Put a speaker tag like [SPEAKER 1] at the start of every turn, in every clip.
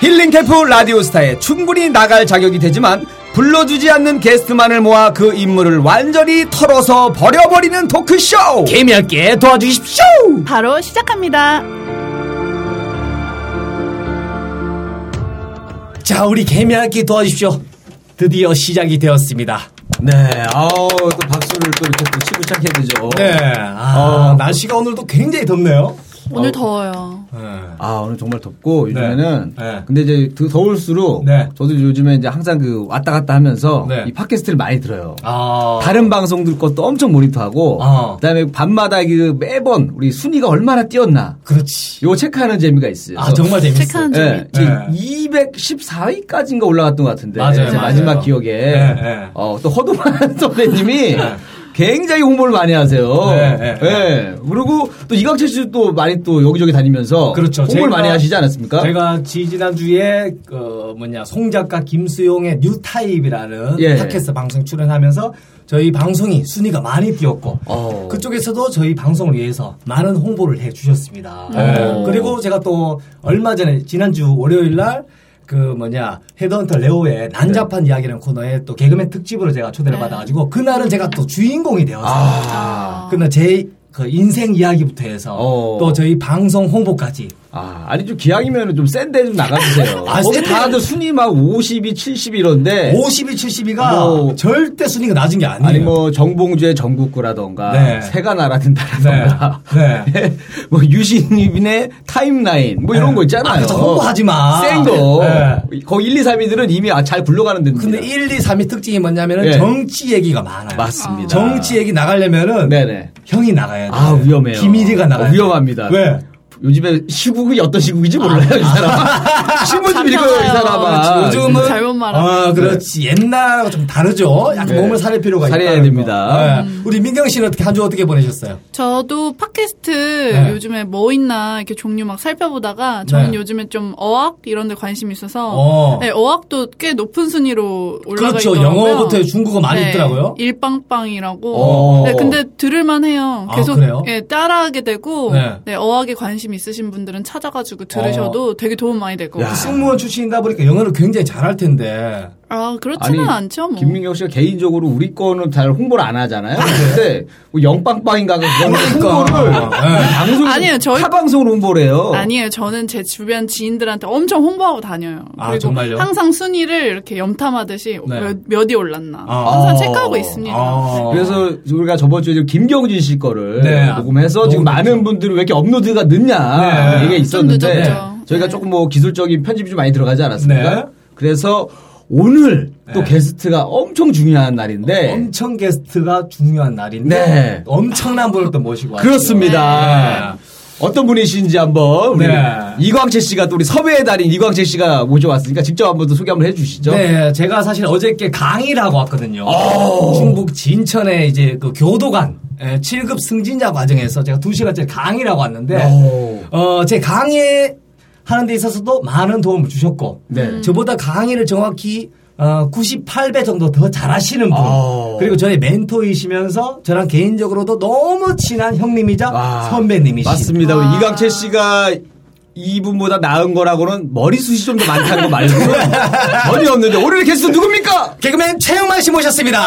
[SPEAKER 1] 힐링 캠프 라디오스타에 충분히 나갈 자격이 되지만 불러주지 않는 게스트만을 모아 그 인물을 완전히 털어서 버려버리는 토크쇼
[SPEAKER 2] 개미할게 도와주십시오.
[SPEAKER 3] 바로 시작합니다.
[SPEAKER 2] 자, 우리 개미할게 도와주십시오. 드디어 시작이 되었습니다.
[SPEAKER 1] 네 아우 또 박수를 또 이렇게 또 치고 착해드죠
[SPEAKER 2] 네. 아, 날씨가 오늘도 굉장히 덥네요. 어.
[SPEAKER 3] 오늘 더워요.
[SPEAKER 4] 아 오늘 정말 덥고 요즘에는
[SPEAKER 2] 네.
[SPEAKER 4] 근데 이제 더 더울수록
[SPEAKER 2] 네.
[SPEAKER 4] 저도 요즘에 이제 항상 그 왔다 갔다 하면서
[SPEAKER 2] 네.
[SPEAKER 4] 이 팟캐스트를 많이 들어요.
[SPEAKER 2] 아.
[SPEAKER 4] 다른 방송들 것도 엄청 모니터하고
[SPEAKER 2] 어.
[SPEAKER 4] 그다음에 밤마다 그 매번 우리 순위가 얼마나 뛰었나
[SPEAKER 2] 그렇지.
[SPEAKER 4] 요 체크하는 재미가 있어요.
[SPEAKER 2] 아, 정말 재밌어.
[SPEAKER 3] 체크하는 재미.
[SPEAKER 4] 예,
[SPEAKER 2] 네.
[SPEAKER 4] 214위까지인가 올라갔던 것 같은데
[SPEAKER 2] 맞아요,
[SPEAKER 4] 제
[SPEAKER 2] 맞아요.
[SPEAKER 4] 마지막 기억에
[SPEAKER 2] 네, 네.
[SPEAKER 4] 어, 또 허도만 선배님이
[SPEAKER 2] 예.
[SPEAKER 4] 굉장히 홍보를 많이 하세요.
[SPEAKER 2] 네, 네, 네.
[SPEAKER 4] 예. 그리고 또 이광철 씨도 또 많이 또 여기저기 다니면서
[SPEAKER 2] 그렇죠.
[SPEAKER 4] 홍보를
[SPEAKER 2] 제가-
[SPEAKER 4] 많이 하시지 않았습니까?
[SPEAKER 2] 제가 지지난주에 그 뭐냐 송 작가 김수용의 뉴타입이라는
[SPEAKER 4] 예.
[SPEAKER 2] 팟캐스트 방송 출연하면서 저희 방송이 순위가 많이 뛰었고
[SPEAKER 4] 어.
[SPEAKER 2] 그쪽에서도 저희 방송을 위해서 많은 홍보를 해 주셨습니다. 어,
[SPEAKER 4] 네.
[SPEAKER 2] 그리고 제가 또 얼마 전에 지난주 월요일 날 그 뭐냐 헤드헌터
[SPEAKER 4] 네.
[SPEAKER 2] 레오의 난잡한 이야기라는 코너에 또 개그맨 특집으로 제가 초대를 받아가지고 그날은 제가 또 주인공이 되었어요.
[SPEAKER 4] 아.
[SPEAKER 2] 그날 제 그 인생 이야기부터 해서
[SPEAKER 4] 어.
[SPEAKER 2] 또 저희 방송 홍보까지
[SPEAKER 4] 아, 아니 좀 기왕이면 좀 센데 좀 나가주세요.
[SPEAKER 2] 아,
[SPEAKER 4] 거기
[SPEAKER 2] 센데.
[SPEAKER 4] 다들 순위 막 50이 70이 이런데
[SPEAKER 2] 50이 70이가
[SPEAKER 4] 네. 뭐-
[SPEAKER 2] 절대 순위가 낮은 게 아니에요.
[SPEAKER 4] 아니 뭐 정봉주의 전국구라던가
[SPEAKER 2] 네.
[SPEAKER 4] 새가 날아든다라던가
[SPEAKER 2] 네.
[SPEAKER 4] 뭐 유신님의 타임라인 뭐 이런
[SPEAKER 2] 네.
[SPEAKER 4] 거 있잖아요.
[SPEAKER 2] 아, 그쵸. 홍보하지 마.
[SPEAKER 4] 생도
[SPEAKER 2] 네.
[SPEAKER 4] 거기 1, 2, 3위들은 이미 아, 잘 굴러가는 데입니다.
[SPEAKER 2] 근데 1, 2, 3이 특징이 뭐냐면은
[SPEAKER 4] 예.
[SPEAKER 2] 정치 얘기가 많아요.
[SPEAKER 4] 맞습니다.
[SPEAKER 2] 정치 얘기 나가려면은
[SPEAKER 4] 네네.
[SPEAKER 2] 형이 나가야 돼.
[SPEAKER 4] 아 위험해요.
[SPEAKER 2] 김일이가 나가야
[SPEAKER 4] 어,
[SPEAKER 2] 돼.
[SPEAKER 4] 위험합니다.
[SPEAKER 2] 왜?
[SPEAKER 4] 요즘에 시국이 어떤 시국인지 몰라요 이 사람. 신문 좀 읽어요 이 사람아.
[SPEAKER 3] 그렇지, 요즘은 잘못 말하면.
[SPEAKER 2] 아, 그렇지. 옛날하고 좀 다르죠. 약간
[SPEAKER 4] 네.
[SPEAKER 2] 몸을 사릴 필요가 있다.
[SPEAKER 4] 사려야 됩니다. 음.
[SPEAKER 2] 네. 우리 민경 씨는 어떻게 한 주 어떻게 보내셨어요?
[SPEAKER 3] 저도 팟캐스트
[SPEAKER 2] 네.
[SPEAKER 3] 요즘에 뭐 있나 이렇게 종류 막 살펴보다가 저는
[SPEAKER 2] 네.
[SPEAKER 3] 요즘에 좀 어학 이런 데 관심이 있어서
[SPEAKER 2] 어.
[SPEAKER 3] 어. 네, 어학도 꽤 높은 순위로 올라가
[SPEAKER 2] 그렇죠.
[SPEAKER 3] 있더라고요.
[SPEAKER 2] 영어부터 중국어 많이
[SPEAKER 3] 네,
[SPEAKER 2] 있더라고요.
[SPEAKER 3] 일빵빵이라고.
[SPEAKER 2] 어.
[SPEAKER 3] 네, 근데 들을만 해요.
[SPEAKER 2] 아,
[SPEAKER 3] 계속
[SPEAKER 2] 그래요?
[SPEAKER 3] 예, 따라하게 되고
[SPEAKER 2] 네.
[SPEAKER 3] 네. 어학에 관심 있으신 분들은 찾아가지고
[SPEAKER 2] 어.
[SPEAKER 3] 들으셔도 되게 도움 많이 될 것
[SPEAKER 4] 야.
[SPEAKER 3] 같아요.
[SPEAKER 2] 승무원 출신이다 보니까 영어를 굉장히 잘할 텐데.
[SPEAKER 3] 아, 그렇지는 않죠. 뭐.
[SPEAKER 4] 김민경 씨가 개인적으로 우리 거는 잘 홍보를 안 하잖아요. 근데 뭐 영빵빵인가가 그런 홍보를
[SPEAKER 2] 네.
[SPEAKER 4] 방송
[SPEAKER 3] 아니에요, 저희-
[SPEAKER 4] 타 방송으로 홍보를 해요.
[SPEAKER 3] 아니에요. 저는 제 주변 지인들한테 엄청 홍보하고 다녀요.
[SPEAKER 2] 아,
[SPEAKER 3] 그리고
[SPEAKER 2] 정말요?
[SPEAKER 3] 항상 순위를 이렇게 염탐하듯이
[SPEAKER 2] 네.
[SPEAKER 3] 몇, 몇이 올랐나
[SPEAKER 2] 아.
[SPEAKER 3] 항상 체크하고 있습니다.
[SPEAKER 2] 아.
[SPEAKER 4] 그래서 우리가 저번 주에 지금 김경진 씨 거를
[SPEAKER 2] 네.
[SPEAKER 4] 녹음해서 지금
[SPEAKER 2] 녹음했죠.
[SPEAKER 4] 많은 분들이 왜 이렇게 업로드가 늦냐
[SPEAKER 2] 네.
[SPEAKER 4] 이게
[SPEAKER 3] 좀
[SPEAKER 4] 있었는데
[SPEAKER 3] 늦었죠.
[SPEAKER 4] 저희가
[SPEAKER 3] 네.
[SPEAKER 4] 조금 뭐 기술적인 편집이 좀 많이 들어가지 않았습니까?
[SPEAKER 2] 네.
[SPEAKER 4] 그래서 오늘 또
[SPEAKER 2] 네.
[SPEAKER 4] 게스트가 엄청 중요한 날인데
[SPEAKER 2] 엄청 게스트가 중요한 날인데
[SPEAKER 4] 네.
[SPEAKER 2] 엄청난 분을 또 모시고 왔어요.
[SPEAKER 4] 그렇습니다.
[SPEAKER 5] 네.
[SPEAKER 4] 어떤 분이신지 한번 우리
[SPEAKER 2] 네.
[SPEAKER 4] 이광채 씨가 또 우리 섭외의 달인 이광채 씨가 모셔왔으니까 직접 한번 또 소개 한번 해주시죠.
[SPEAKER 2] 네, 제가 사실 어저께 강의라고 왔거든요.
[SPEAKER 4] 어.
[SPEAKER 2] 중국 진천에 이제 그 교도관 예, 7급 승진자 과정에서 제가 2시간짜리 강의라고 왔는데
[SPEAKER 4] 오.
[SPEAKER 2] 어, 제 강의 하는 데 있어서도 많은 도움을 주셨고
[SPEAKER 4] 네. 음.
[SPEAKER 2] 저보다 강의를 정확히 어, 98배 정도 더 잘하시는 분
[SPEAKER 4] 아.
[SPEAKER 2] 그리고 저의 멘토이시면서 저랑 개인적으로도 너무 친한 형님이자
[SPEAKER 4] 아,
[SPEAKER 2] 선배님이신
[SPEAKER 4] 맞습니다.
[SPEAKER 5] 아.
[SPEAKER 4] 우리 이광채 씨가 이분보다 나은 거라고는 머리숱이 좀 더 많다는 거 말고 전혀 없는데 오늘의 게스트 누굽니까?
[SPEAKER 2] 개그맨 최영만 씨 모셨습니다.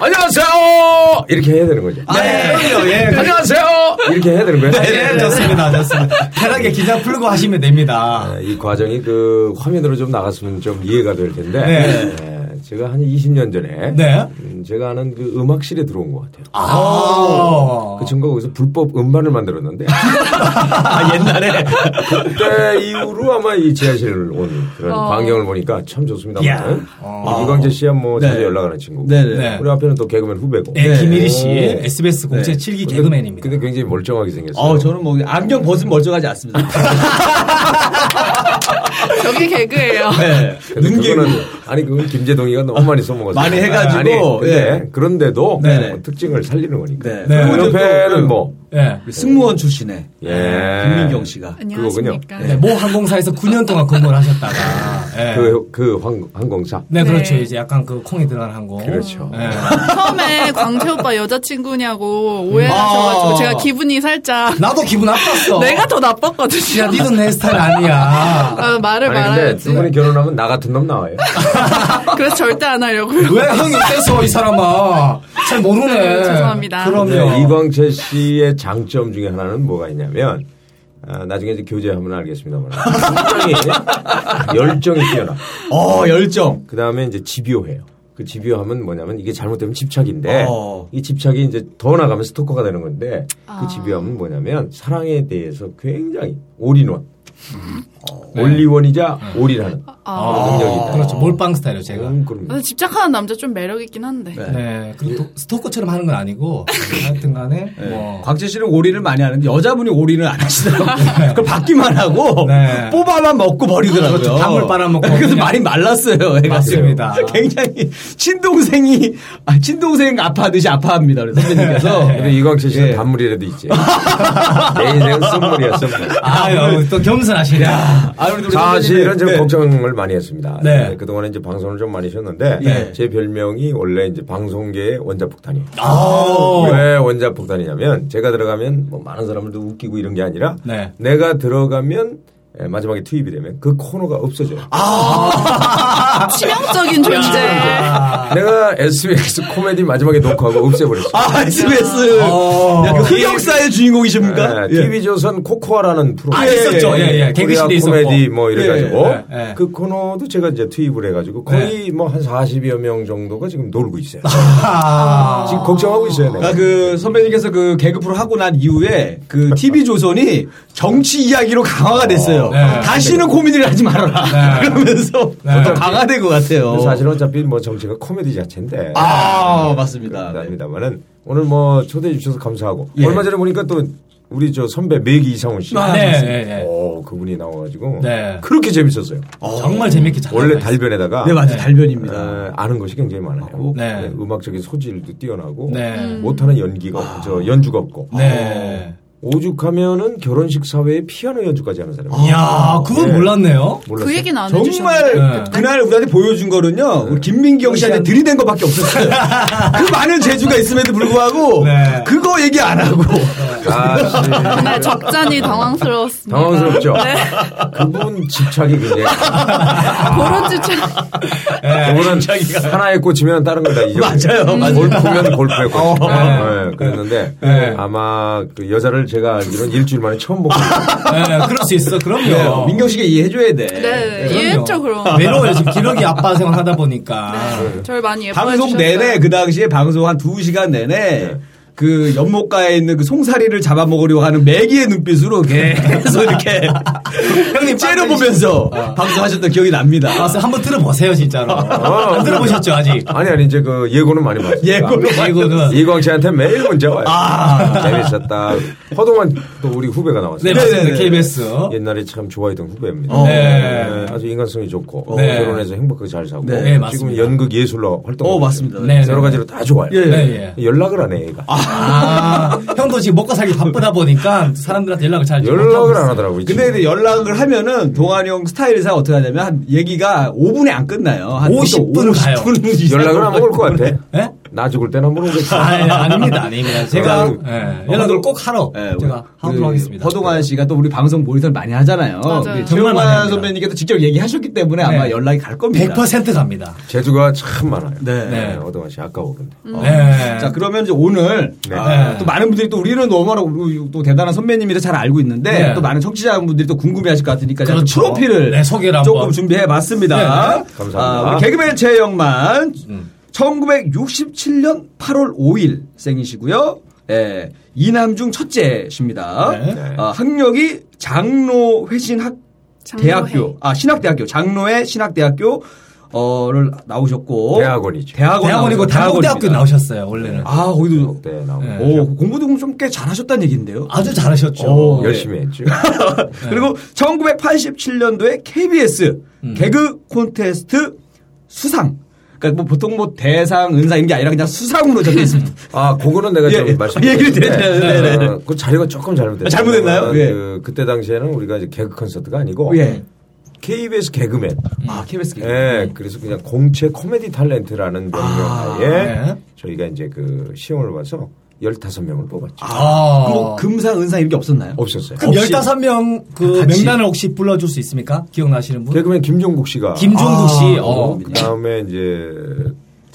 [SPEAKER 5] 안녕하세요. 아. 이렇게 해야 되는 거죠.
[SPEAKER 2] 아, 네. 그럼요. 예. 그럼요.
[SPEAKER 5] 안녕하세요. 이렇게 해야 되는 거예요.
[SPEAKER 4] 네.
[SPEAKER 2] 예, 좋습니다. 좋습니다. 편하게 기자 풀고 하시면 됩니다.
[SPEAKER 5] 아, 이 과정이 그 화면으로 좀 나갔으면 좀 이해가 될 텐데.
[SPEAKER 2] 네.
[SPEAKER 5] 네, 제가 한 20년 전에
[SPEAKER 2] 네.
[SPEAKER 5] 음, 제가 아는 그 음악실에 들어온 것 같아요.
[SPEAKER 2] 아.
[SPEAKER 5] 그 친구가 거기서 불법 음반을 만들었는데
[SPEAKER 4] 아,
[SPEAKER 5] 옛날에 그때 이후로 아마 이 지하실 온 그런 광경을 보니까 참 좋습니다.
[SPEAKER 2] 이야.
[SPEAKER 5] 아무튼
[SPEAKER 2] 어.
[SPEAKER 5] 이광재 씨야 뭐 자주
[SPEAKER 4] 네.
[SPEAKER 5] 연락하는 친구.
[SPEAKER 4] 네네.
[SPEAKER 2] 네.
[SPEAKER 5] 우리 앞에는 또 개그맨 후배고.
[SPEAKER 2] 네, 김일희 씨,
[SPEAKER 5] 오.
[SPEAKER 2] SBS 공채 7기 개그맨입니다.
[SPEAKER 5] 근데 굉장히 멀쩡하게 생겼어요.
[SPEAKER 4] 어, 저는 뭐 안경 벗으면 멀쩡하지
[SPEAKER 5] 네.
[SPEAKER 4] 않습니다.
[SPEAKER 3] 저게 개그예요.
[SPEAKER 4] 네.
[SPEAKER 5] 근데 그거는 아니 그건 김재동이가 너무 많이 써먹었어요.
[SPEAKER 4] 많이 해가지고,
[SPEAKER 5] 아니, 근데
[SPEAKER 4] 예.
[SPEAKER 5] 그런데도
[SPEAKER 4] 네네.
[SPEAKER 5] 뭐 특징을 살리는 거니까.
[SPEAKER 4] 네.
[SPEAKER 2] 네.
[SPEAKER 5] 그 옆에는 뭐
[SPEAKER 2] 예.
[SPEAKER 4] 우리 승무원 출신의
[SPEAKER 5] 예.
[SPEAKER 4] 김민경 씨가
[SPEAKER 3] 안녕하십니까.
[SPEAKER 2] 네, 모 항공사에서 9년 동안 근무를 하셨다가.
[SPEAKER 4] 네.
[SPEAKER 2] 예.
[SPEAKER 5] 그, 그 항- 항공사.
[SPEAKER 2] 네, 그렇죠.
[SPEAKER 3] 네.
[SPEAKER 2] 이제 약간 그 콩이 들어간 항공.
[SPEAKER 5] 그렇죠.
[SPEAKER 2] 예.
[SPEAKER 3] 처음에 광채 오빠 여자친구냐고 오해하셔가지고
[SPEAKER 4] 아.
[SPEAKER 3] 제가 기분이 살짝
[SPEAKER 2] 나도 기분 음. 나빴어.
[SPEAKER 3] 내가 더
[SPEAKER 2] 야,
[SPEAKER 3] 나빴거든요.
[SPEAKER 2] 니는 내 스타일 아니야.
[SPEAKER 3] 아, 말을
[SPEAKER 5] 아니 근데
[SPEAKER 3] 말아야지.
[SPEAKER 5] 두 분이 결혼하면 나 같은 놈 나와요.
[SPEAKER 3] 그래서 절대 안 하려고요.
[SPEAKER 2] 왜 형이 뺐어, 이 사람아. 잘 모르네.
[SPEAKER 3] 네, 죄송합니다.
[SPEAKER 2] 그럼요.
[SPEAKER 5] 네, 이광채 씨의 장점 중에 하나는 뭐가 있냐면 아, 나중에 이제 교제하면 알겠습니다만 굉장히 열정이 뛰어나.
[SPEAKER 4] 어 열정
[SPEAKER 5] 그 다음에 이제 집요해요. 그 집요함은 뭐냐면 이게 잘못되면 집착인데
[SPEAKER 4] 어.
[SPEAKER 5] 이 집착이 이제 더 나가면 스토커가 되는 건데 그 집요함은 뭐냐면 사랑에 대해서 굉장히 올인원.
[SPEAKER 4] 네.
[SPEAKER 5] 올리원이자 올인하는
[SPEAKER 3] 아.
[SPEAKER 5] 능력이 있다.
[SPEAKER 2] 그렇죠. 몰빵 스타일이요, 제가.
[SPEAKER 5] 음, 그럼
[SPEAKER 3] 근데 집착하는 남자 좀 매력 있긴 한데.
[SPEAKER 4] 네.
[SPEAKER 2] 네. 그리고 또 스토커처럼 하는 건 아니고, 하여튼 간에,
[SPEAKER 4] 네.
[SPEAKER 2] 뭐.
[SPEAKER 4] 광채 씨는 오리를 많이 하는데 여자분이 오리를 안 하시더라고요. 그걸 받기만 하고
[SPEAKER 2] 네.
[SPEAKER 4] 뽑아만 먹고 버리더라고요.
[SPEAKER 2] 그렇죠. 담을 빨아먹고
[SPEAKER 4] 그래서
[SPEAKER 2] 그냥.
[SPEAKER 4] 많이 말랐어요. 애가
[SPEAKER 2] 맞습니다.
[SPEAKER 4] 지금. 굉장히 친동생이 아, 친동생 아파하듯이 아파합니다. 그래서 선배님께서
[SPEAKER 2] 네.
[SPEAKER 5] 근데 이광채 씨는
[SPEAKER 4] 예.
[SPEAKER 5] 단물이라도 있지. 내 인생은 선물이야 선물.
[SPEAKER 2] 아유, 또 겸손하시네.
[SPEAKER 4] 아, 네. 우리 우리
[SPEAKER 5] 사실은
[SPEAKER 4] 선배님은-
[SPEAKER 5] 제가
[SPEAKER 4] 네.
[SPEAKER 5] 걱정을 많이 했습니다.
[SPEAKER 2] 네.
[SPEAKER 5] 네, 그동안에 이제 방송을 좀 많이 쉬었는데
[SPEAKER 4] 예.
[SPEAKER 5] 제 별명이 원래 이제 방송계의 원자폭탄이에요.
[SPEAKER 2] 아.
[SPEAKER 5] 왜 원자폭탄이냐면 제가 들어가면 뭐 많은 사람들도 웃기고 이런 게 아니라
[SPEAKER 2] 네.
[SPEAKER 5] 내가 들어가면 예, 마지막에 투입이 되면 그 코너가 없어져요.
[SPEAKER 2] 아.
[SPEAKER 3] 치명적인 존재.
[SPEAKER 2] 아.
[SPEAKER 5] 내가 SBS 코미디 마지막에 녹화하고 없애버렸어요.
[SPEAKER 4] 아, SBS.
[SPEAKER 2] 어.
[SPEAKER 4] 야, 그 흑역사의 주인공이십니까?
[SPEAKER 5] 예, TV 조선 코코아라는 프로그램
[SPEAKER 2] 아, 있었죠. 예, 예.
[SPEAKER 5] 코리아
[SPEAKER 2] 개그신에 있었고.
[SPEAKER 5] 코미디 뭐 이래 가지고
[SPEAKER 2] 예, 네. 예, 예.
[SPEAKER 5] 그 코너도 제가 이제 투입을 해 가지고 거의 뭐 한 40여 명 정도가 지금 놀고 있어요.
[SPEAKER 2] 아.
[SPEAKER 5] 지금 걱정하고 있어요, 내가.
[SPEAKER 4] 아, 그 선배님께서 그 개그 프로 하고 난 이후에 그 TV 조선이 정치 이야기로 강화가 됐어요.
[SPEAKER 2] 네.
[SPEAKER 4] 다시는 고민을 하지 말아라.
[SPEAKER 2] 네.
[SPEAKER 4] 그러면서
[SPEAKER 2] 네.
[SPEAKER 4] 더 강화된 것 같아요.
[SPEAKER 5] 사실 어차피 뭐 정치가 코미디 자체인데.
[SPEAKER 4] 아 맞습니다. 네.
[SPEAKER 5] 감사합니다만은 오늘 뭐 초대해 주셔서 감사하고
[SPEAKER 4] 예.
[SPEAKER 5] 얼마 전에 보니까 또 우리 저 선배 매기 이상훈 씨.
[SPEAKER 2] 아, 네, 네, 네.
[SPEAKER 5] 오, 그분이 나와가지고
[SPEAKER 2] 네.
[SPEAKER 5] 그렇게 재밌었어요.
[SPEAKER 2] 정말 재밌게 잘.
[SPEAKER 5] 원래
[SPEAKER 2] 나가요.
[SPEAKER 5] 달변에다가
[SPEAKER 4] 아, 네 맞아요 달변입니다.
[SPEAKER 5] 어, 아는 것이 굉장히 많아요.
[SPEAKER 2] 네.
[SPEAKER 5] 네, 음악적인 소질도 뛰어나고
[SPEAKER 2] 네.
[SPEAKER 5] 못하는 연기가 없- 저 연주가 없고
[SPEAKER 2] 네.
[SPEAKER 5] 오죽하면 결혼식 사회에 피아노 연주까지 하는 사람. 이
[SPEAKER 2] 이야, 그걸
[SPEAKER 5] 네.
[SPEAKER 2] 몰랐네요.
[SPEAKER 5] 몰랐어요.
[SPEAKER 3] 그 얘기는 안 해주셨는데.
[SPEAKER 4] 정말
[SPEAKER 2] 네.
[SPEAKER 4] 그날 우리한테 보여준
[SPEAKER 5] 네.
[SPEAKER 4] 거는요 우리 김민경 씨한테 들이댄 것밖에 없었어요. 그 많은 재주가 있음에도 불구하고
[SPEAKER 2] 네.
[SPEAKER 4] 그거 얘기 안 하고
[SPEAKER 5] 아,
[SPEAKER 3] 정말 적잖이 당황스러웠습니다.
[SPEAKER 5] 당황스럽죠.
[SPEAKER 3] 네.
[SPEAKER 5] 그분 집착이 굉장히.
[SPEAKER 3] 그런
[SPEAKER 2] 아,
[SPEAKER 3] 네, 주차.
[SPEAKER 2] 네.
[SPEAKER 5] 그분은 하나에 꽂히면 다른 걸다 잊어.
[SPEAKER 4] 맞아요, 맞아요.
[SPEAKER 5] 골프면 골프에 꽂히고.
[SPEAKER 2] 네.
[SPEAKER 5] 네, 그랬는데
[SPEAKER 2] 네.
[SPEAKER 5] 아마 그 여자를 제가 알기로는 일주일 만에 처음 보고
[SPEAKER 2] 네, 그럴 수 있어.
[SPEAKER 5] 네.
[SPEAKER 2] 그럼요.
[SPEAKER 4] 네, 민경 씨가 이해해줘야 돼.
[SPEAKER 3] 네,
[SPEAKER 2] 그럼요.
[SPEAKER 3] 이해했죠, 그럼.
[SPEAKER 2] 외로워요. 지금 기러기 아빠 생활 하다 보니까.
[SPEAKER 3] 저를 많이 예뻐해
[SPEAKER 4] 방송
[SPEAKER 3] 주셨어요.
[SPEAKER 4] 내내 그 당시에 방송 한 두시간 내내
[SPEAKER 2] 네.
[SPEAKER 4] 그 연못가에 있는 그 송사리를 잡아먹으려고 하는 매기의 눈빛으로
[SPEAKER 2] 네.
[SPEAKER 4] 계속 이렇게 형님 째려보면서 방송하셨던 기억이 납니다.
[SPEAKER 2] 아. 맞아요. 한번 들어보세요, 진짜로.
[SPEAKER 5] 어.
[SPEAKER 2] 안 아, 들어보셨죠, 아직? 그-
[SPEAKER 5] 아니 아니 이제 그 예고는 많이 봤어요.
[SPEAKER 4] 아, 예고로
[SPEAKER 2] 이거는.
[SPEAKER 5] 이광 씨한테 매일 문자 와요. 재밌었다. 허동환 또 우리 후배가 나왔어요.
[SPEAKER 2] 네, 맞습니다.
[SPEAKER 4] 네네네.
[SPEAKER 2] KBS.
[SPEAKER 5] 옛날에 참 좋아했던 후배입니다.
[SPEAKER 4] 어.
[SPEAKER 5] 네,
[SPEAKER 2] 네.
[SPEAKER 5] 아주 인간성이 좋고
[SPEAKER 2] 네.
[SPEAKER 5] 결혼해서 행복하게 잘 살고
[SPEAKER 4] 네,
[SPEAKER 5] 지금
[SPEAKER 2] 맞습니다.
[SPEAKER 5] 연극 예술로 활동하고
[SPEAKER 4] 어 맞습니다.
[SPEAKER 2] 네.
[SPEAKER 5] 있어요. 여러 가지로 다 좋아요.
[SPEAKER 4] 예.
[SPEAKER 2] 네, 예.
[SPEAKER 5] 연락을 안 해, 얘가.
[SPEAKER 2] 아, 형도 지금 먹고 살기 바쁘다 보니까 사람들한테 연락을 잘
[SPEAKER 5] 연락을 안
[SPEAKER 2] 하고
[SPEAKER 5] 하더라고요.
[SPEAKER 4] 근데 이제 연락을 하면은 동환이 형 스타일상 어떻게 하냐면 한 얘기가 5분에 안 끝나요. 한
[SPEAKER 2] 50 분 가요.
[SPEAKER 4] 50분 이상 네.
[SPEAKER 5] 연락을 안 먹을 것 같아.
[SPEAKER 2] 예?
[SPEAKER 5] 나 죽을 때는 한번 오겠어.
[SPEAKER 2] 아, 예, 아닙니다, 아닙니다. 제가
[SPEAKER 5] 연락을-
[SPEAKER 2] 예, 연락을 꼭 하러
[SPEAKER 4] 예,
[SPEAKER 2] 제가
[SPEAKER 4] 우리
[SPEAKER 2] 하도록 하겠습니다. 네.
[SPEAKER 4] 허동환 씨가 또 우리 방송 모니터를 많이 하잖아요.
[SPEAKER 3] 맞아요.
[SPEAKER 4] 우리
[SPEAKER 2] 정말 많이
[SPEAKER 4] 최용환
[SPEAKER 2] 합니다.
[SPEAKER 4] 선배님께서 직접 얘기하셨기 때문에 아마
[SPEAKER 2] 네.
[SPEAKER 4] 연락이 갈 겁니다.
[SPEAKER 2] 100% 갑니다.
[SPEAKER 5] 재주가 참 많아요.
[SPEAKER 4] 네.
[SPEAKER 5] 네. 어동아 씨 아까워 근데.
[SPEAKER 2] 네.
[SPEAKER 4] 자 그러면 이제 오늘
[SPEAKER 5] 네.
[SPEAKER 4] 아, 또 많은 분들이 또 우리는 너무나도 또 대단한 선배님이라 잘 알고 있는데
[SPEAKER 2] 네.
[SPEAKER 4] 또 많은 청취자분들이 또 궁금해하실 것 같으니까 제가
[SPEAKER 2] 그렇죠.
[SPEAKER 4] 프로필을
[SPEAKER 2] 네, 소개를 한번.
[SPEAKER 4] 조금 준비해봤습니다.
[SPEAKER 2] 네. 음.
[SPEAKER 5] 감사합니다.
[SPEAKER 4] 아, 우리 개그맨 최영만 1967년 8월 5일 생이시고요. 예, 이남중 첫째십니다.
[SPEAKER 2] 네.
[SPEAKER 4] 아, 학력이 장로 회신학
[SPEAKER 3] 장로회.
[SPEAKER 4] 대학교 아 신학대학교 장로회 신학대학교 어를 나오셨고
[SPEAKER 5] 대학원이죠.
[SPEAKER 4] 대학원
[SPEAKER 2] 대학원이고
[SPEAKER 4] 나오셨-
[SPEAKER 2] 단국대학교
[SPEAKER 4] 대학원입니다.
[SPEAKER 2] 나오셨어요, 원래는.
[SPEAKER 4] 아, 거기도.
[SPEAKER 5] 네, 나오고.
[SPEAKER 2] 네.
[SPEAKER 4] 오, 그 공부도 좀 꽤 잘하셨다는 얘기인데요.
[SPEAKER 2] 아주 잘하셨죠.
[SPEAKER 4] 오, 네.
[SPEAKER 5] 열심히 했죠.
[SPEAKER 4] 그리고 1987년도에 KBS 개그 콘테스트 수상. 그러니까 뭐 보통 뭐 대상, 은상 이런 게 아니라 그냥 수상으로 적혀 있습니다.
[SPEAKER 5] 아, 그거는 내가
[SPEAKER 4] 예, 예.
[SPEAKER 5] 좀
[SPEAKER 4] 얘기를
[SPEAKER 5] 말씀드렸는데
[SPEAKER 4] 드렸네요. 네, 네.
[SPEAKER 5] 어, 그 자료가 조금 잘못됐어요.
[SPEAKER 4] 아, 잘못됐나요? 예.
[SPEAKER 5] 그, 그때 당시에는 우리가 이제 개그 콘서트가 아니고
[SPEAKER 4] 예.
[SPEAKER 5] KBS 개그맨.
[SPEAKER 4] 아, KBS
[SPEAKER 5] 예,
[SPEAKER 4] 게.
[SPEAKER 5] 그래서 그냥 공채 코미디 탤런트라는 명령 하에
[SPEAKER 2] 네.
[SPEAKER 5] 저희가 이제 그 시험을 봐서 15명을 뽑았죠.
[SPEAKER 2] 아.
[SPEAKER 4] 뭐 금상, 은상 이런 게 없었나요?
[SPEAKER 5] 없었어요.
[SPEAKER 2] 그럼
[SPEAKER 4] 없이-
[SPEAKER 2] 15명 그
[SPEAKER 4] 같이.
[SPEAKER 2] 명단을 혹시 불러줄 수 있습니까? 기억나시는 분?
[SPEAKER 5] 개그맨 김종국 씨가
[SPEAKER 2] 김종국 씨,
[SPEAKER 4] 아,
[SPEAKER 2] 어,
[SPEAKER 5] 그 다음에 이제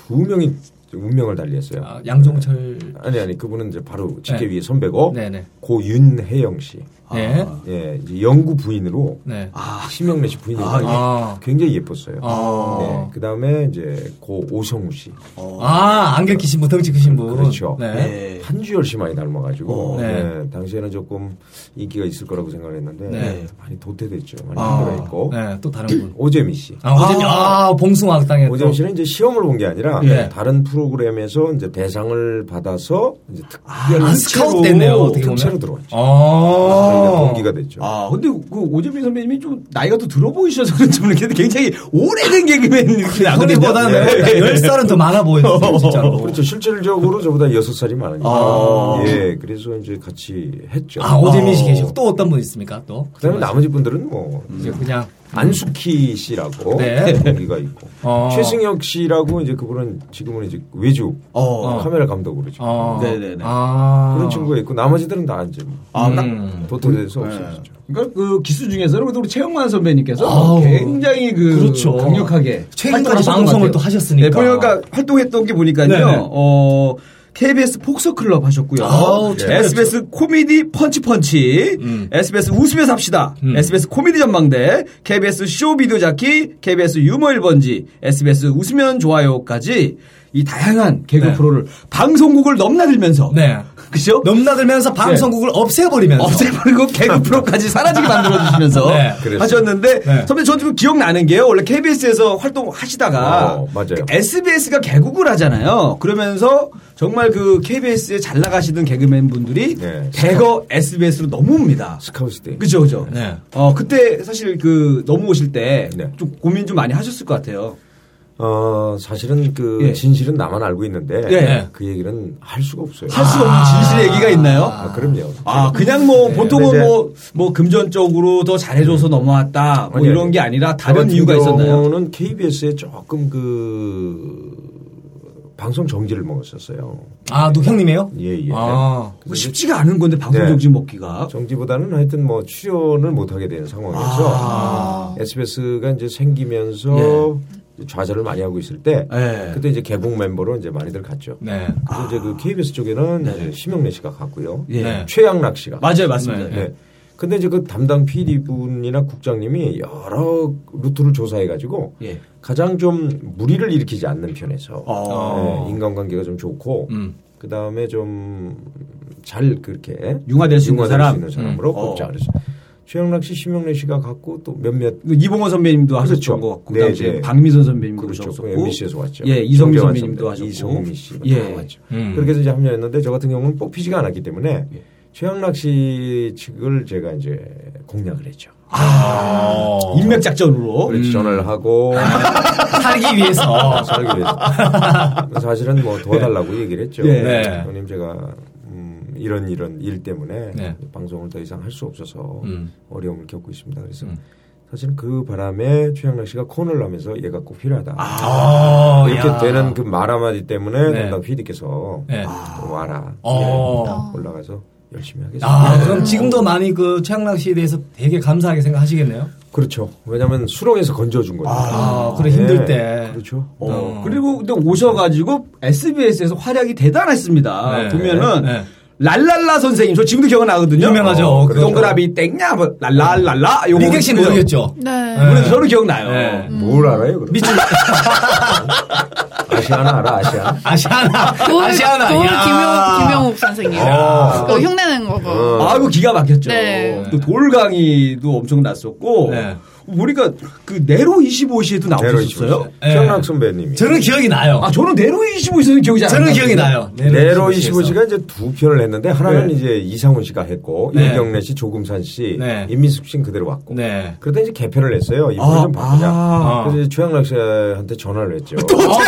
[SPEAKER 5] 두 명이 운명을 달리했어요.
[SPEAKER 2] 아, 양종철.
[SPEAKER 5] 아니 아니 그분은 이제 바로 직계
[SPEAKER 2] 네.
[SPEAKER 5] 위에 선배고
[SPEAKER 2] 네네.
[SPEAKER 5] 고윤혜영 씨,
[SPEAKER 4] 아.
[SPEAKER 2] 네.
[SPEAKER 5] 예 이제 영구 부인으로
[SPEAKER 2] 네.
[SPEAKER 5] 심영래 씨 부인으로
[SPEAKER 2] 아.
[SPEAKER 5] 굉장히 예뻤어요.
[SPEAKER 2] 아.
[SPEAKER 5] 네, 그 다음에 이제 고 오성우 씨,
[SPEAKER 4] 어.
[SPEAKER 2] 아, 안경 끼신 분, 덩치 크신 분.
[SPEAKER 5] 그렇죠.
[SPEAKER 2] 네.
[SPEAKER 5] 한주열 씨 많이 닮아가지고
[SPEAKER 2] 네.
[SPEAKER 5] 예, 당시에는 조금 인기가 있을 거라고 생각을 했는데
[SPEAKER 2] 네.
[SPEAKER 5] 많이 도태됐죠. 많이
[SPEAKER 2] 아,
[SPEAKER 5] 힘들어했고
[SPEAKER 2] 네, 또 다른 분.
[SPEAKER 5] 오재미 씨.
[SPEAKER 2] 아, 오재미, 아, 봉숭아학당에. 또.
[SPEAKER 5] 오재훈 씨는 이제 시험을 본 게 아니라
[SPEAKER 2] 예.
[SPEAKER 5] 다른 프로그램에서 이제 대상을 받아서 이제 특별
[SPEAKER 2] 아, 스카우트 됐네요, 어떻게 보면.
[SPEAKER 5] 특채로 들어왔죠. 저희가
[SPEAKER 2] 아.
[SPEAKER 5] 동기가 됐죠.
[SPEAKER 4] 아, 근데 그 오재민 선배님이 좀 나이가 또 들어 보이셔서 그런지 모르겠는데 굉장히 오래된 개그맨 느낌이
[SPEAKER 2] 네,
[SPEAKER 4] 나거든요.
[SPEAKER 2] 소리보다는
[SPEAKER 4] 예.
[SPEAKER 2] 뭐 10살은 더 많아 보였어요, 진짜로.
[SPEAKER 5] 네. 그렇죠. 실질적으로 저보다 여섯 살이 많으니까.
[SPEAKER 2] 아.
[SPEAKER 5] 예, 그래서 이제 같이 했죠.
[SPEAKER 2] 아, 오재민 씨 계시고 또 어떤 분 있습니까? 또.
[SPEAKER 5] 그다음에 나머지 분들은 뭐
[SPEAKER 2] 이제 그냥.
[SPEAKER 5] 안숙희 씨라고
[SPEAKER 2] 음. 네.
[SPEAKER 5] 동기가 있고
[SPEAKER 2] 어.
[SPEAKER 5] 최승혁 씨라고 이제 그분은 지금은 이제 외주
[SPEAKER 2] 아.
[SPEAKER 4] 어.
[SPEAKER 5] 카메라 감독으로 지금
[SPEAKER 2] 어.
[SPEAKER 4] 네네네.
[SPEAKER 2] 아.
[SPEAKER 5] 그런 친구가 있고 나머지들은 다 이제 뭐
[SPEAKER 4] 아, 딱
[SPEAKER 2] 음.
[SPEAKER 5] 도태돼서 없어졌죠.
[SPEAKER 4] 그러니까 그 기수 중에서는 그래도 우리 최영만 선배님께서
[SPEAKER 2] 아우.
[SPEAKER 4] 굉장히 그
[SPEAKER 2] 그렇죠.
[SPEAKER 4] 강력하게
[SPEAKER 2] 최근까지
[SPEAKER 4] 활동하셨던
[SPEAKER 2] 방송을
[SPEAKER 4] 것 같아요.
[SPEAKER 2] 또 하셨으니까.
[SPEAKER 4] 네, 그러니까 활동했던 게 보니까요.
[SPEAKER 2] 네네.
[SPEAKER 4] 어 KBS 폭서클럽 하셨고요.
[SPEAKER 2] 아우, 음.
[SPEAKER 4] 예.
[SPEAKER 2] 최고였죠.
[SPEAKER 4] SBS 코미디 펀치펀치, SBS 웃으면서 합시다,
[SPEAKER 2] 음.
[SPEAKER 4] SBS 코미디 전망대, KBS 쇼비디오 자키, KBS 유머 1번지, SBS 웃으면 좋아요까지 이 다양한 개그
[SPEAKER 2] 네.
[SPEAKER 4] 프로를 방송국을 넘나들면서
[SPEAKER 2] 네.
[SPEAKER 4] 그죠?
[SPEAKER 5] 네.
[SPEAKER 2] 넘나들면서 방송국을 없애버리면서.
[SPEAKER 4] 없애버리고 개그 프로까지 사라지게 만들어주시면서
[SPEAKER 2] 네,
[SPEAKER 5] 그랬어요.
[SPEAKER 4] 하셨는데
[SPEAKER 2] 네.
[SPEAKER 4] 선배 저도 좀 기억나는 게요. 원래 KBS에서 활동하시다가
[SPEAKER 5] 어, 맞아요.
[SPEAKER 4] SBS가 개국을 하잖아요. 그러면서 정말 그 KBS에 잘 나가시던 개그맨 분들이
[SPEAKER 5] 네.
[SPEAKER 4] 대거 SBS로 넘어옵니다.
[SPEAKER 5] 스카우트 때.
[SPEAKER 4] 그죠, 그죠.
[SPEAKER 2] 네.
[SPEAKER 4] 어 그때 사실 그 넘어오실 때 좀
[SPEAKER 5] 네.
[SPEAKER 4] 고민 좀 많이 하셨을 것 같아요.
[SPEAKER 5] 어, 사실은 그
[SPEAKER 4] 예.
[SPEAKER 5] 진실은 나만 알고 있는데
[SPEAKER 4] 예.
[SPEAKER 5] 그 얘기는 할 수가 없어요.
[SPEAKER 4] 할 수
[SPEAKER 2] 아.
[SPEAKER 4] 없는 진실의 얘기가 있나요?
[SPEAKER 5] 아, 그럼요.
[SPEAKER 4] 아, 그냥
[SPEAKER 5] 네,
[SPEAKER 4] 뭐, 보통은
[SPEAKER 5] 근데 이제-
[SPEAKER 4] 뭐, 뭐, 금전적으로 더 잘해줘서 넘어왔다, 뭐,
[SPEAKER 5] 음. 아니,
[SPEAKER 4] 이런
[SPEAKER 5] 아니.
[SPEAKER 4] 게 아니라
[SPEAKER 5] 저
[SPEAKER 4] 다른
[SPEAKER 5] 같은
[SPEAKER 4] 이유가 있었나요?
[SPEAKER 5] 경우는 KBS에 조금 그 방송 정지를 먹었었어요.
[SPEAKER 2] 아, 또 형님이에요?
[SPEAKER 5] 예, 예.
[SPEAKER 2] 아.
[SPEAKER 4] 뭐 쉽지가 않은 건데, 방송
[SPEAKER 5] 네.
[SPEAKER 4] 정신 먹기가.
[SPEAKER 5] 정지보다는 하여튼 뭐 출연을 못 하게 된 상황에서
[SPEAKER 4] 아.
[SPEAKER 5] SBS가 이제 생기면서 좌절을 많이 하고 있을 때
[SPEAKER 4] 예.
[SPEAKER 5] 그때 이제 개봉 멤버로 이제 많이들 갔죠.
[SPEAKER 2] 네.
[SPEAKER 5] 그래서 이제 그 KBS 쪽에는 이제 심영래 씨가
[SPEAKER 4] 아.
[SPEAKER 5] 갔고요.
[SPEAKER 4] 네. 예.
[SPEAKER 2] 네.
[SPEAKER 5] 최양락 씨가
[SPEAKER 4] 맞아요, 맞습니다.
[SPEAKER 2] 네.
[SPEAKER 5] 네. 근데 이제 그 담당 PD 분이나 국장님이 여러 루트를 조사해 가지고
[SPEAKER 4] 예.
[SPEAKER 5] 가장 좀 무리를 일으키지 않는 편에서
[SPEAKER 4] 아.
[SPEAKER 5] 네, 인간관계가 좀 좋고 그 다음에 좀 잘 그렇게
[SPEAKER 4] 융화될 수 있는 사람.
[SPEAKER 5] 으로
[SPEAKER 4] 음.
[SPEAKER 5] 뽑자
[SPEAKER 4] 어.
[SPEAKER 5] 그래서 최영락 씨, 심영래 씨가 갖고 또 몇몇
[SPEAKER 4] 그 이봉원 선배님도 하셨던
[SPEAKER 5] 그렇죠.
[SPEAKER 4] 것 같고,
[SPEAKER 5] 네,
[SPEAKER 4] 그 당시에
[SPEAKER 5] 네.
[SPEAKER 4] 박미선 선배님도
[SPEAKER 5] 그렇죠.
[SPEAKER 4] 하셨고,
[SPEAKER 5] MBC에서 왔죠.
[SPEAKER 4] 예, 이성미
[SPEAKER 5] 정재환
[SPEAKER 4] 선배님도
[SPEAKER 5] 선배,
[SPEAKER 4] 하셨고,
[SPEAKER 5] 이성미 씨가
[SPEAKER 4] 예.
[SPEAKER 5] 다 왔죠. 그렇게 해서 이제 합류했는데 저 같은 경우는 뽑히지가 않았기 때문에
[SPEAKER 4] 예.
[SPEAKER 5] 최영락 씨 측을 제가 이제 공략을 했죠. 아.
[SPEAKER 4] 인맥작전으로.
[SPEAKER 2] 음.
[SPEAKER 5] 그래서 전화를 하고
[SPEAKER 2] 아. 살기 위해서.
[SPEAKER 5] 살기 위해서. 사실은 뭐 도와달라고 얘기를 했죠.
[SPEAKER 4] 네.
[SPEAKER 2] 네.
[SPEAKER 5] 형님 제가 음, 이런 이런 일 때문에
[SPEAKER 2] 네.
[SPEAKER 5] 방송을 더 이상 할 수 없어서
[SPEAKER 2] 음.
[SPEAKER 5] 어려움을 겪고 있습니다. 그래서 사실 그 바람에 최양락 씨가 콘을 하면서 얘가 꼭 필요하다.
[SPEAKER 4] 아,
[SPEAKER 2] 어,
[SPEAKER 5] 이렇게
[SPEAKER 2] 야.
[SPEAKER 5] 되는 그 말 한마디 때문에
[SPEAKER 2] 네.
[SPEAKER 5] 담당 PD께서 아.
[SPEAKER 2] 네.
[SPEAKER 5] 와라.
[SPEAKER 2] 어.
[SPEAKER 5] 예, 올라가서 열심히 하겠습니다.
[SPEAKER 2] 아, 그럼 지금도 많이 그 최양락 씨에 대해서 되게 감사하게 생각하시겠네요?
[SPEAKER 5] 그렇죠. 왜냐하면 수렁에서 건져준 거니까.
[SPEAKER 2] 아, 그래, 힘들
[SPEAKER 5] 예,
[SPEAKER 2] 때.
[SPEAKER 5] 그렇죠.
[SPEAKER 4] 어. 그리고 근데 오셔가지고 SBS에서 활약이 대단했습니다.
[SPEAKER 2] 네.
[SPEAKER 4] 보면은
[SPEAKER 2] 네.
[SPEAKER 4] 랄랄라 선생님, 저 지금도 기억나거든요.
[SPEAKER 2] 유명하죠.
[SPEAKER 4] 어, 그
[SPEAKER 2] 그렇죠.
[SPEAKER 4] 동그라미 땡냐, 뭐 랄랄랄라. 요거
[SPEAKER 2] 민객 씨는
[SPEAKER 4] 있고요.
[SPEAKER 2] 모르겠죠?
[SPEAKER 3] 네.
[SPEAKER 4] 물론 저는 기억나요.
[SPEAKER 2] 네.
[SPEAKER 5] 뭘 알아요? 그럼?
[SPEAKER 2] 미친.
[SPEAKER 5] 아시아나 알아, 아시아나.
[SPEAKER 2] 그 아시아나.
[SPEAKER 3] 돌,
[SPEAKER 2] 아시아나. 어.
[SPEAKER 3] 돌
[SPEAKER 2] 야.
[SPEAKER 3] 김용, 김용욱 선생님. 그거 흉내낸 거고.
[SPEAKER 4] 아이고 기가 막혔죠.
[SPEAKER 3] 네.
[SPEAKER 4] 또 돌강이도 엄청 났었고
[SPEAKER 2] 네.
[SPEAKER 4] 보니까 그 네로 25시에도
[SPEAKER 5] 네로
[SPEAKER 4] 나오셨어요?
[SPEAKER 5] 25시. 최영락 선배님이.
[SPEAKER 2] 저는 기억이 나요.
[SPEAKER 4] 아 저는 네로 25시에는 기억이 잘안
[SPEAKER 2] 저는
[SPEAKER 4] 나요.
[SPEAKER 2] 기억이 나요.
[SPEAKER 5] 네로
[SPEAKER 2] 25 시에서.
[SPEAKER 5] 25시가 이제 두 편을 했는데 하나는
[SPEAKER 2] 네.
[SPEAKER 5] 이제 이상훈 씨가 했고
[SPEAKER 2] 네.
[SPEAKER 5] 임경래 씨, 조금산 씨,
[SPEAKER 2] 네.
[SPEAKER 5] 임민숙 씨는 그대로 왔고
[SPEAKER 2] 네.
[SPEAKER 5] 그러다 이제 개편을 했어요. 이걸 좀 바꾸자.
[SPEAKER 4] 아.
[SPEAKER 5] 그래서 이제 최양락 씨한테 전화를 했죠.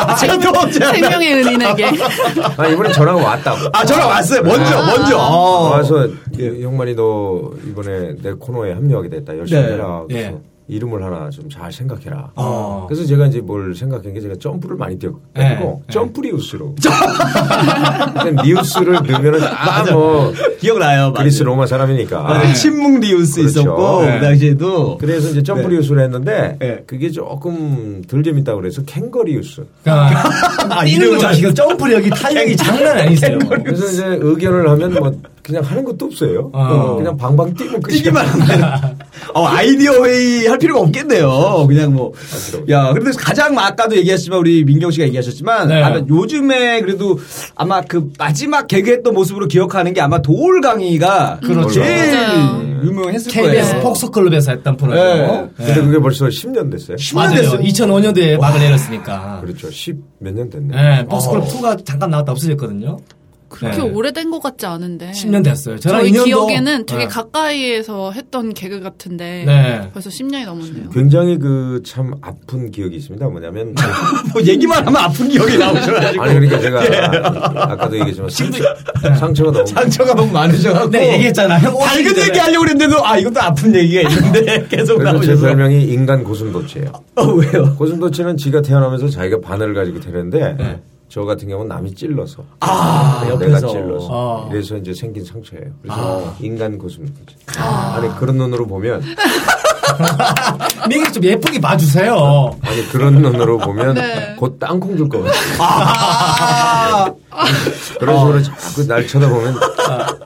[SPEAKER 4] 아,
[SPEAKER 3] 생명의 은인에게.
[SPEAKER 2] 네.
[SPEAKER 5] 아 이번에 전화가 왔다고.
[SPEAKER 4] 아 전화 왔어요. 먼저 먼저. 아.
[SPEAKER 5] 와서 형만이 너 이번에 내 코너에 합류하게 됐다. 열심히
[SPEAKER 4] 네.
[SPEAKER 5] 해라. 그래서
[SPEAKER 2] 네.
[SPEAKER 5] 이름을 하나 좀 잘 생각해라.
[SPEAKER 2] 어.
[SPEAKER 5] 그래서 제가 이제 뭘 생각한 게 제가 점프를 많이 뛰었고
[SPEAKER 2] 네.
[SPEAKER 5] 점프리우스로. 근데 리우스를 넣으면은 아뭐
[SPEAKER 4] 기억나요. 맞아요.
[SPEAKER 5] 그리스 로마 사람이니까.
[SPEAKER 2] 네.
[SPEAKER 4] 맞아요. 침묵 리우스
[SPEAKER 5] 그렇죠.
[SPEAKER 4] 있었고
[SPEAKER 5] 네.
[SPEAKER 4] 그 당시에도
[SPEAKER 5] 그래서 이제 점프리우스를 했는데
[SPEAKER 4] 네.
[SPEAKER 5] 그게 조금 덜 재밌다고 그래서 캥거리우스.
[SPEAKER 2] 그러니까 뛰는
[SPEAKER 4] 아, 이름은-
[SPEAKER 2] 자식은 점프력이 탄력이 장난 아니세요.
[SPEAKER 5] 그래서 이제 의견을 하면 뭐 그냥 하는 것도 없어요.
[SPEAKER 2] 어.
[SPEAKER 5] 그냥 방방 뛰고 끝이야.
[SPEAKER 4] 뛰기만
[SPEAKER 2] 그렇죠.
[SPEAKER 4] 하면 어, 아이디어 회의 할 필요가 없겠네요. 그냥 뭐.
[SPEAKER 2] 그렇죠.
[SPEAKER 4] 야, 그런데 가장 아까도 얘기했지만 우리 민경 씨가 얘기하셨지만
[SPEAKER 2] 네.
[SPEAKER 4] 아마 요즘에 그래도 아마 그 마지막 개그했던 모습으로 기억하는 게 아마 도올 강의가
[SPEAKER 2] 그렇죠. 네.
[SPEAKER 4] 제일
[SPEAKER 3] 맞아요.
[SPEAKER 4] 유명했을
[SPEAKER 2] KBS
[SPEAKER 4] 거예요.
[SPEAKER 2] 폭스클럽에서 했던 프로그램.
[SPEAKER 4] 네.
[SPEAKER 5] 어?
[SPEAKER 2] 예.
[SPEAKER 5] 근데 그게 벌써 10년 됐어요.
[SPEAKER 2] 맞아요.
[SPEAKER 4] 됐어요.
[SPEAKER 2] 2005년도에 막을 내렸으니까.
[SPEAKER 5] 그렇죠. 10 몇 년 됐네.
[SPEAKER 4] 어.
[SPEAKER 2] 네, 폭스클럽 2가 잠깐 나왔다 없어졌거든요.
[SPEAKER 3] 그렇게
[SPEAKER 2] 네.
[SPEAKER 3] 오래된 것 같지 않은데.
[SPEAKER 2] 10년 됐어요. 저랑
[SPEAKER 3] 저희
[SPEAKER 2] 2년도
[SPEAKER 3] 기억에는 되게
[SPEAKER 2] 네.
[SPEAKER 3] 가까이에서 했던 개그 같은데
[SPEAKER 2] 네.
[SPEAKER 3] 벌써 10년이 넘었네요.
[SPEAKER 5] 굉장히 그 참 아픈 기억이 있습니다. 뭐냐면
[SPEAKER 4] 뭐 얘기만 하면 아픈 기억이 나오셔가지고
[SPEAKER 5] 아니 그러니까 제가 아까도 얘기했지만 상처, 네. 상처가 너무
[SPEAKER 4] 상처가 너무 많으셔가지고
[SPEAKER 2] 네, 얘기했잖아. 형 오시기
[SPEAKER 4] 밝은
[SPEAKER 2] 전에.
[SPEAKER 4] 얘기 하려고 그랬는데도 아 이것도 아픈 얘기가 있는데 계속
[SPEAKER 5] 그래서 제
[SPEAKER 4] 나오셔서
[SPEAKER 5] 별명이 인간 고슴도치예요.
[SPEAKER 4] 어, 왜요?
[SPEAKER 5] 고슴도치는 지가 태어나면서 자기가 바늘을 가지고 태는데 저 같은 경우는 남이 찔러서 내가
[SPEAKER 4] 옆에서.
[SPEAKER 5] 찔러서 어.
[SPEAKER 2] 아.
[SPEAKER 5] 그래서 이제 생긴 상처예요. 그래서 인간 고슴도치. 아. 니 그런 눈으로 보면
[SPEAKER 2] 민기 좀 예쁘게 봐주세요.
[SPEAKER 5] 아니 그런 눈으로 보면
[SPEAKER 3] 네.
[SPEAKER 5] 곧 땅콩 줄 것 같아요.
[SPEAKER 4] 아.
[SPEAKER 5] 그런 식으로 자꾸 날 쳐다보면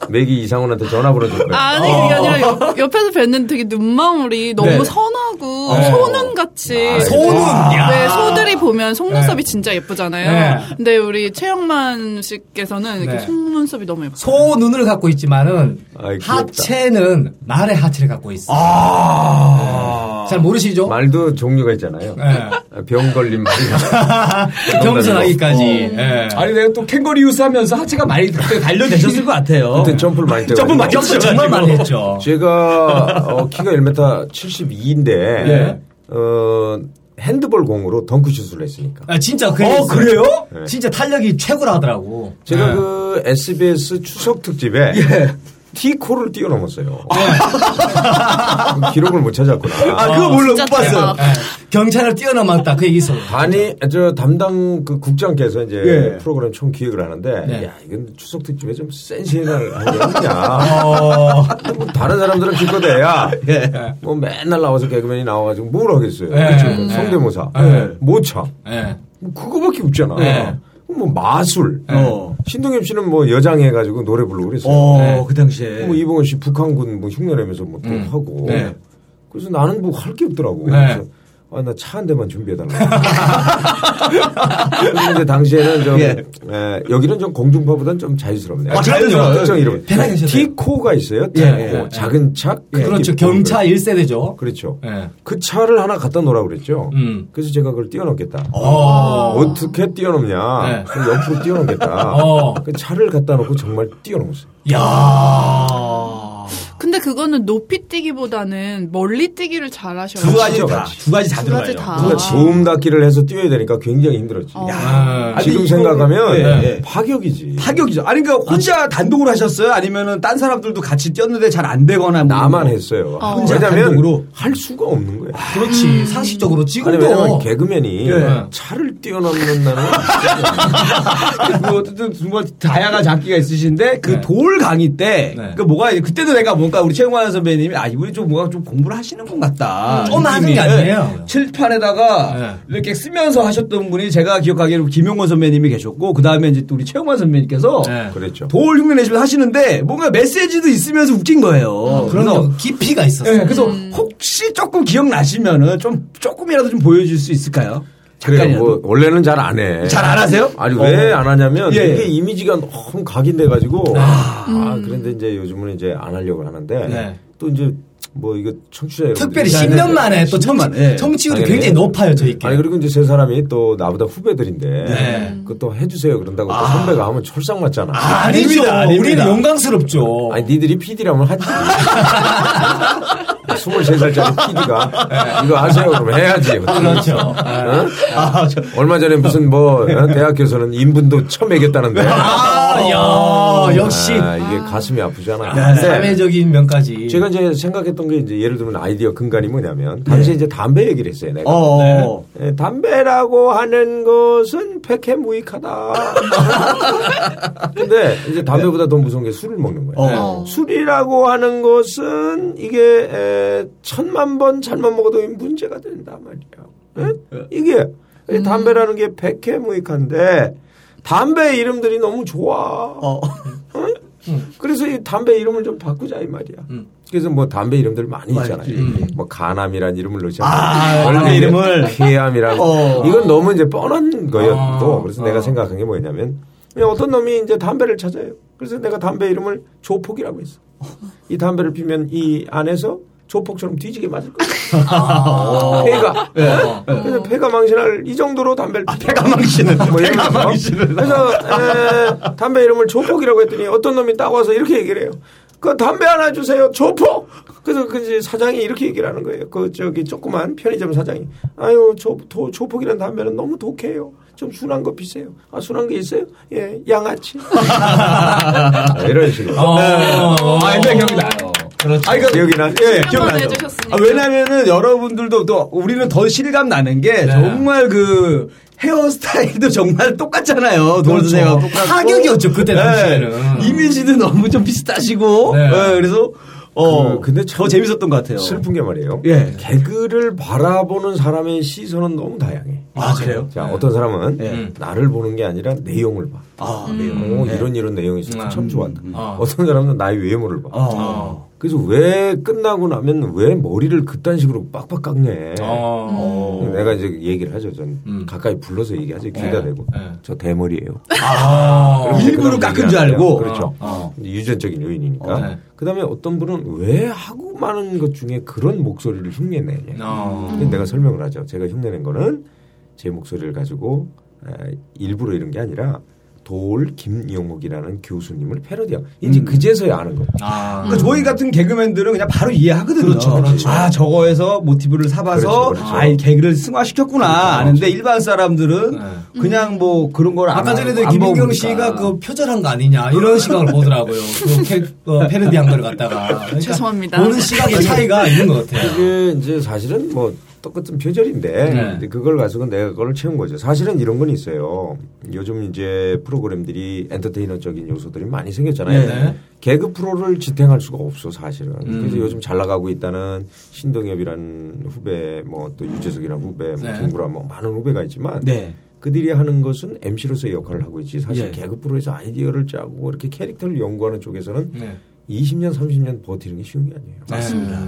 [SPEAKER 5] 맥이 이상훈한테 전화번호 줄
[SPEAKER 2] 어.
[SPEAKER 5] 거예요.
[SPEAKER 3] 아니 그게 아니라 옆, 옆에서 뵀는데 되게 눈망울이 너무 선하고 소눈 같이
[SPEAKER 2] 네. 어. 아, 소는 야.
[SPEAKER 3] 네, 소들이 보면 속눈썹이 진짜 예쁘잖아요.
[SPEAKER 2] 네.
[SPEAKER 3] 근데 우리 최영만 씨께서는 이렇게
[SPEAKER 2] 네.
[SPEAKER 3] 속눈썹이 너무 예뻐요.
[SPEAKER 2] 소 눈을 갖고 있지만은
[SPEAKER 5] 아이, 귀엽다.
[SPEAKER 2] 하체는 말의 하체를 갖고 있어. 네. 잘 모르시죠?
[SPEAKER 5] 아. 말도 종류가 있잖아요.
[SPEAKER 2] 네.
[SPEAKER 5] 병 걸린 말이나
[SPEAKER 2] 겸손하기까지. 예.
[SPEAKER 4] 아니 내가 또 캥거리우스 하면서 하체가 많이 그때 단련되셨을 것 같아요.
[SPEAKER 5] 그때 점프를 많이 뛰어가지고.
[SPEAKER 4] 점프 많이
[SPEAKER 2] 점프
[SPEAKER 4] 뛰었어요.
[SPEAKER 2] 정말 많이
[SPEAKER 4] 지금.
[SPEAKER 2] 했죠.
[SPEAKER 5] 제가 어, 키가 1m 72인데
[SPEAKER 2] 예.
[SPEAKER 4] 네.
[SPEAKER 5] 어, 핸드볼 공으로 덩크슛을 했으니까.
[SPEAKER 2] 아, 진짜 그
[SPEAKER 4] 어, 그래요?
[SPEAKER 5] 네.
[SPEAKER 2] 진짜 탄력이 최고라 하더라고.
[SPEAKER 5] 제가
[SPEAKER 2] 네.
[SPEAKER 5] 그 SBS 추석 특집에
[SPEAKER 4] 예.
[SPEAKER 5] T코를 뛰어넘었어요. 그 기록을 못 찾았구나.
[SPEAKER 4] 아 그거 몰라
[SPEAKER 3] 진짜
[SPEAKER 4] 못 봤어요.
[SPEAKER 3] 대박.
[SPEAKER 2] 예. 경찰을 뛰어넘었다 그 얘기 있어.
[SPEAKER 5] 아니 저 담당 그 국장께서 이제
[SPEAKER 4] 예.
[SPEAKER 5] 프로그램 총 기획을 하는데
[SPEAKER 2] 네.
[SPEAKER 5] 야 이건 추석 특집에 좀 센 시나를 하게 하느냐 뭐 다른 사람들은 기껏해 야뭐 맨날 나와서 개그맨이 나와가지고 뭘 하겠어요
[SPEAKER 2] 예.
[SPEAKER 5] 그쵸?
[SPEAKER 2] 음.
[SPEAKER 5] 성대모사
[SPEAKER 2] 예.
[SPEAKER 5] 모차
[SPEAKER 2] 예.
[SPEAKER 5] 뭐 그거밖에 없잖아
[SPEAKER 2] 예.
[SPEAKER 5] 뭐 마술
[SPEAKER 4] 어.
[SPEAKER 5] 신동엽 씨는 뭐 여장해가지고 노래 부르고 그랬어요
[SPEAKER 4] 어, 그 당시에.
[SPEAKER 5] 뭐 이봉원 씨 북한군 뭐 흉내내면서 뭐 또 하고
[SPEAKER 2] 네.
[SPEAKER 5] 그래서 나는 뭐 할 게 없더라고.
[SPEAKER 2] 네.
[SPEAKER 5] 그래서 아, 나 차 한 대만 준비해달라. 근데 당시에는 좀,
[SPEAKER 4] 예.
[SPEAKER 5] 에, 여기는 좀 공중파보단 좀 자유스럽네요.
[SPEAKER 4] 아, 자유스러워요.
[SPEAKER 5] 특정 이름.
[SPEAKER 2] 예. 편하게 하셔도 돼요.
[SPEAKER 5] T코가 있어요. T코.
[SPEAKER 2] 예, 예.
[SPEAKER 5] 작은 차. 큰
[SPEAKER 2] 그렇죠.
[SPEAKER 5] 기쁨.
[SPEAKER 2] 경차 1세대죠.
[SPEAKER 5] 그렇죠.
[SPEAKER 2] 예.
[SPEAKER 5] 그 차를 하나 갖다 놓으라고 그랬죠.
[SPEAKER 2] 음.
[SPEAKER 5] 그래서 제가 그걸 뛰어넘겠다.
[SPEAKER 2] 어.
[SPEAKER 5] 어떻게 뛰어넘냐.
[SPEAKER 2] 네.
[SPEAKER 5] 그럼 옆으로 뛰어넘겠다.
[SPEAKER 2] 어.
[SPEAKER 5] 그 차를 갖다 놓고 정말 뛰어넘었어요.
[SPEAKER 2] 야.
[SPEAKER 3] 근데 그거는 높이 뛰기보다는 멀리 뛰기를 잘하셔요.
[SPEAKER 4] 두 가지
[SPEAKER 5] 진짜
[SPEAKER 4] 다.
[SPEAKER 5] 많지.
[SPEAKER 4] 두 가지 다
[SPEAKER 3] 두 가지
[SPEAKER 4] 들어가요.
[SPEAKER 3] 다.
[SPEAKER 5] 그러니까 음 닫기를 해서 뛰어야 되니까 굉장히 힘들었지.
[SPEAKER 3] 어,
[SPEAKER 2] 아.
[SPEAKER 4] 아니,
[SPEAKER 5] 지금
[SPEAKER 4] 이거는-
[SPEAKER 5] 생각하면
[SPEAKER 4] 예, 예.
[SPEAKER 5] 파격이지.
[SPEAKER 4] 파격이죠. 아니 그러니까 혼자 단독으로 하셨어요? 아니면은 딴 사람들도 같이 뛰었는데 잘 안 되거나 뭐
[SPEAKER 5] 나만
[SPEAKER 4] 이런 거.
[SPEAKER 5] 했어요.
[SPEAKER 4] 혼자
[SPEAKER 5] 왜냐면
[SPEAKER 4] 단독으로?
[SPEAKER 5] 할 수가 없는 거예요.
[SPEAKER 2] 그렇지. 상식적으로 아, 지금도
[SPEAKER 5] 아니 왜냐면 개그맨이
[SPEAKER 2] 예.
[SPEAKER 5] 차를 뛰어넘는 나는
[SPEAKER 4] 뭐 어쨌든 정말 다양한 잡기가 있으신데 그
[SPEAKER 2] 네.
[SPEAKER 4] 돌 강의 때
[SPEAKER 2] 네.
[SPEAKER 4] 그 뭐가 이제 그때도 내가 뭔가 우리 최영환 선배님이 아 이분이 좀 뭔가 좀 공부를 하시는 것 같다.
[SPEAKER 2] 좀 하는
[SPEAKER 4] 음, 느낌이.
[SPEAKER 2] 게 아니에요.
[SPEAKER 4] 칠판에다가
[SPEAKER 2] 네.
[SPEAKER 4] 이렇게 쓰면서 하셨던 분이 제가 기억하기로 김용건 선배님이 계셨고 그 다음에 이제 또 우리 최영환 선배님께서
[SPEAKER 2] 네.
[SPEAKER 5] 그랬죠.
[SPEAKER 4] 돌 흉내 내시면서 하시는데 뭔가 메시지도 있으면서 웃긴 거예요. 그래서
[SPEAKER 2] 아, 그런 깊이가 있었어요.
[SPEAKER 4] 예, 그래서 혹시 조금 기억나시면은 좀 조금이라도 좀 보여줄 수 있을까요?
[SPEAKER 5] 그래요.
[SPEAKER 4] 잠깐이라도.
[SPEAKER 5] 뭐 원래는 잘 안 해.
[SPEAKER 4] 잘 안 하세요?
[SPEAKER 5] 아니 왜 안 하냐면
[SPEAKER 4] 예.
[SPEAKER 5] 이게 이미지가 너무 각인돼 가지고 아, 그런데 이제 요즘은 이제 안 하려고 하는데
[SPEAKER 2] 네.
[SPEAKER 5] 또 이제 뭐 이거 청취자 여러분
[SPEAKER 2] 특별히 10년 만에 또 청취,
[SPEAKER 4] 만에, 예.
[SPEAKER 2] 청취율이 굉장히 높아요, 저희께.
[SPEAKER 5] 아니 그리고 이제 세 사람이 또 나보다 후배들인데 그것도 해주세요 그런다고 또 선배가 하면 철상 맞잖아. 아.
[SPEAKER 2] 아니죠.
[SPEAKER 4] 아닙니다, 아닙니다.
[SPEAKER 2] 우리는 영광스럽죠.
[SPEAKER 5] 니 니들이 PD라면 하지. 23살짜리 PD가 이거 아세요 그러면 해야지.
[SPEAKER 2] 그렇죠.
[SPEAKER 5] 어?
[SPEAKER 4] 아, 저,
[SPEAKER 5] 얼마 전에 무슨 뭐 어? 대학교에서는 인분도 처음 매겼다는데.
[SPEAKER 2] 아, 야, 역시.
[SPEAKER 5] 아, 이게 가슴이 아프잖아.
[SPEAKER 2] 아,
[SPEAKER 5] 근데
[SPEAKER 2] 사회적인 면까지.
[SPEAKER 5] 제가 이제 생각했던 게 이제 예를 들면 아이디어 근간이 뭐냐면 당시에 이제 담배 얘기를 했어요. 내가.
[SPEAKER 4] 어.
[SPEAKER 5] 예, 담배라고 하는 것은 백해무익하다. 근데 이제 담배보다 더 무서운 게 술을 먹는 거예요.
[SPEAKER 4] 어.
[SPEAKER 5] 술이라고 하는 것은 이게 에, 천만 번 잘못 먹어도 문제가 된다 말이야. 예? 이게 이 담배라는 게 백해무익한데 담배 이름들이 너무 좋아.
[SPEAKER 4] 어.
[SPEAKER 5] 네. 응? 그래서 이 담배 이름을 좀 바꾸자 이 말이야. 그래서 뭐 담배 이름들 많이 있잖아요. 뭐 가남이란 이름을 넣자.
[SPEAKER 4] 아, 담배 이름을.
[SPEAKER 5] 네. 쾌암이라고.
[SPEAKER 4] 어.
[SPEAKER 5] 이건 너무 이제 뻔한 거였고
[SPEAKER 2] 아.
[SPEAKER 5] 그래서 내가 생각한 게 뭐냐면 그냥 어떤 놈이 이제 담배를 찾아요. 그래서 내가 담배 이름을 조폭이라고 했어. 이 담배를 피면 이 안에서 조폭처럼 뒤지게 맞을 거야. 폐가.
[SPEAKER 4] 네.
[SPEAKER 2] 어.
[SPEAKER 5] 그래서 폐가 망신할 이 정도로 담배를 피워.
[SPEAKER 4] 폐가 아, 망신을.
[SPEAKER 5] 뭐 이런
[SPEAKER 4] 폐가
[SPEAKER 5] 거죠.
[SPEAKER 4] 망신을.
[SPEAKER 5] 그래서 에, 담배 이름을 조폭이라고 했더니 어떤 놈이 딱 와서 이렇게 얘기를 해요. 그 담배 하나 주세요. 조폭. 그래서 그 이제 사장이 이렇게 얘기를 하는 거예요. 그 저기 조그만 편의점 사장이 아유 조, 도, 조폭이라는 담배는 너무 독해요. 좀 순한 거 비세요. 아 순한 게 있어요? 예 양아치. 이런 식으로.
[SPEAKER 2] 어, 어,
[SPEAKER 4] 아, 옛날 기억이 나요.
[SPEAKER 2] 그렇죠.
[SPEAKER 4] 아, 그러니까
[SPEAKER 5] 기억이 나죠?
[SPEAKER 4] 예,
[SPEAKER 3] 한번
[SPEAKER 4] 기억나죠.
[SPEAKER 3] 해주셨으니까.
[SPEAKER 4] 아, 왜냐면은 여러분들도 또 우리는 더 실감 나는 게 정말 그 헤어스타일도 정말 똑같잖아요. 노
[SPEAKER 2] 그렇죠.
[SPEAKER 4] 르생하고 똑같고.
[SPEAKER 2] 파격이었죠, 그때 당시에는.
[SPEAKER 4] 이미지도 너무 좀 비슷하시고.
[SPEAKER 2] 네.
[SPEAKER 4] 예, 그래서 어,
[SPEAKER 5] 그, 근데
[SPEAKER 4] 더
[SPEAKER 5] 참
[SPEAKER 4] 재밌었던 것 같아요.
[SPEAKER 5] 슬픈 게 말이에요.
[SPEAKER 4] 예.
[SPEAKER 5] 개그를 바라보는 사람의 시선은 너무 다양해.
[SPEAKER 4] 아, 그래요?
[SPEAKER 5] 자, 어떤 사람은
[SPEAKER 2] 음.
[SPEAKER 4] 예.
[SPEAKER 5] 나를 보는 게 아니라 내용을 봐.
[SPEAKER 4] 아,
[SPEAKER 3] 음.
[SPEAKER 5] 오, 이런 이런
[SPEAKER 2] 음.
[SPEAKER 5] 내용이 있어. 참 좋았다. 어떤 사람은 나의 외모를 봐.
[SPEAKER 4] 음. 어.
[SPEAKER 5] 그래서 왜 끝나고 나면 왜 머리를 그딴 식으로 빡빡 깎네.
[SPEAKER 2] 어. 음.
[SPEAKER 5] 내가 이제 얘기를 하죠. 전 가까이 불러서 얘기하죠. 귀다 대고.
[SPEAKER 2] 예.
[SPEAKER 5] 저 대머리예요.
[SPEAKER 2] 아.
[SPEAKER 5] 그럼 이제
[SPEAKER 4] 일부러
[SPEAKER 5] 그다음
[SPEAKER 4] 어. 깎은
[SPEAKER 5] 얘기를
[SPEAKER 4] 줄 알고.
[SPEAKER 5] 하네요. 그렇죠.
[SPEAKER 2] 어.
[SPEAKER 5] 유전적인 요인이니까.
[SPEAKER 2] 어, 네.
[SPEAKER 5] 그다음에 어떤 분은 왜 하고 많은 것 중에 그런 목소리를 흉내내냐.
[SPEAKER 2] 어.
[SPEAKER 5] 근데 내가 설명을 하죠. 제가 흉내낸 거는 제 목소리를 가지고 에, 일부러 이런 게 아니라 돌 김용옥이라는 교수님을 패러디한 이제
[SPEAKER 2] 음.
[SPEAKER 5] 그제서야 아는 거.
[SPEAKER 2] 아.
[SPEAKER 4] 그러니까 저희 같은 개그맨들은 그냥 바로 이해하거든요.
[SPEAKER 2] 그렇죠, 그렇죠.
[SPEAKER 4] 아 저거에서 모티브를
[SPEAKER 5] 그렇죠,
[SPEAKER 4] 삼아서
[SPEAKER 5] 그렇죠.
[SPEAKER 4] 아이 그렇죠, 개그를 승화시켰구나 아는데 일반 사람들은 그냥 뭐 그런 걸
[SPEAKER 2] 아까
[SPEAKER 4] 안-
[SPEAKER 2] 전에도
[SPEAKER 4] 안
[SPEAKER 2] 김민경
[SPEAKER 4] 먹으니까.
[SPEAKER 2] 씨가 그 표절한 거 아니냐 이런 시각을 보더라고요. 그 캐, 어, 패러디한 걸 갖다가 그러니까
[SPEAKER 3] 죄송합니다.
[SPEAKER 2] 보는 시각의 차이가 있는 것 같아요.
[SPEAKER 5] 이게 이제 사실은 뭐 똑같은 표절인데
[SPEAKER 2] 네.
[SPEAKER 5] 이제 그걸 가지고 내가 그걸 채운 거죠. 사실은 이런 건 있어요. 요즘 이제 프로그램들이 엔터테이너적인 요소들이 많이 생겼잖아요.
[SPEAKER 2] 네. 음.
[SPEAKER 5] 개그 프로를 지탱할 수가 없어 사실은. 그래서 요즘 잘 나가고 있다는 신동엽이라는 후배, 뭐 또 유재석이라는 후배, 뭐
[SPEAKER 2] 네.
[SPEAKER 5] 김구라 뭐 많은 후배가 있지만
[SPEAKER 4] 네.
[SPEAKER 5] 그들이 하는 것은 MC로서의 역할을 하고 있지. 사실
[SPEAKER 4] 예.
[SPEAKER 5] 개그 프로에서 아이디어를 짜고 이렇게 캐릭터를 연구하는 쪽에서는
[SPEAKER 2] 네.
[SPEAKER 5] 20년, 30년 버티는 게 쉬운 게 아니에요.
[SPEAKER 2] 맞습니다.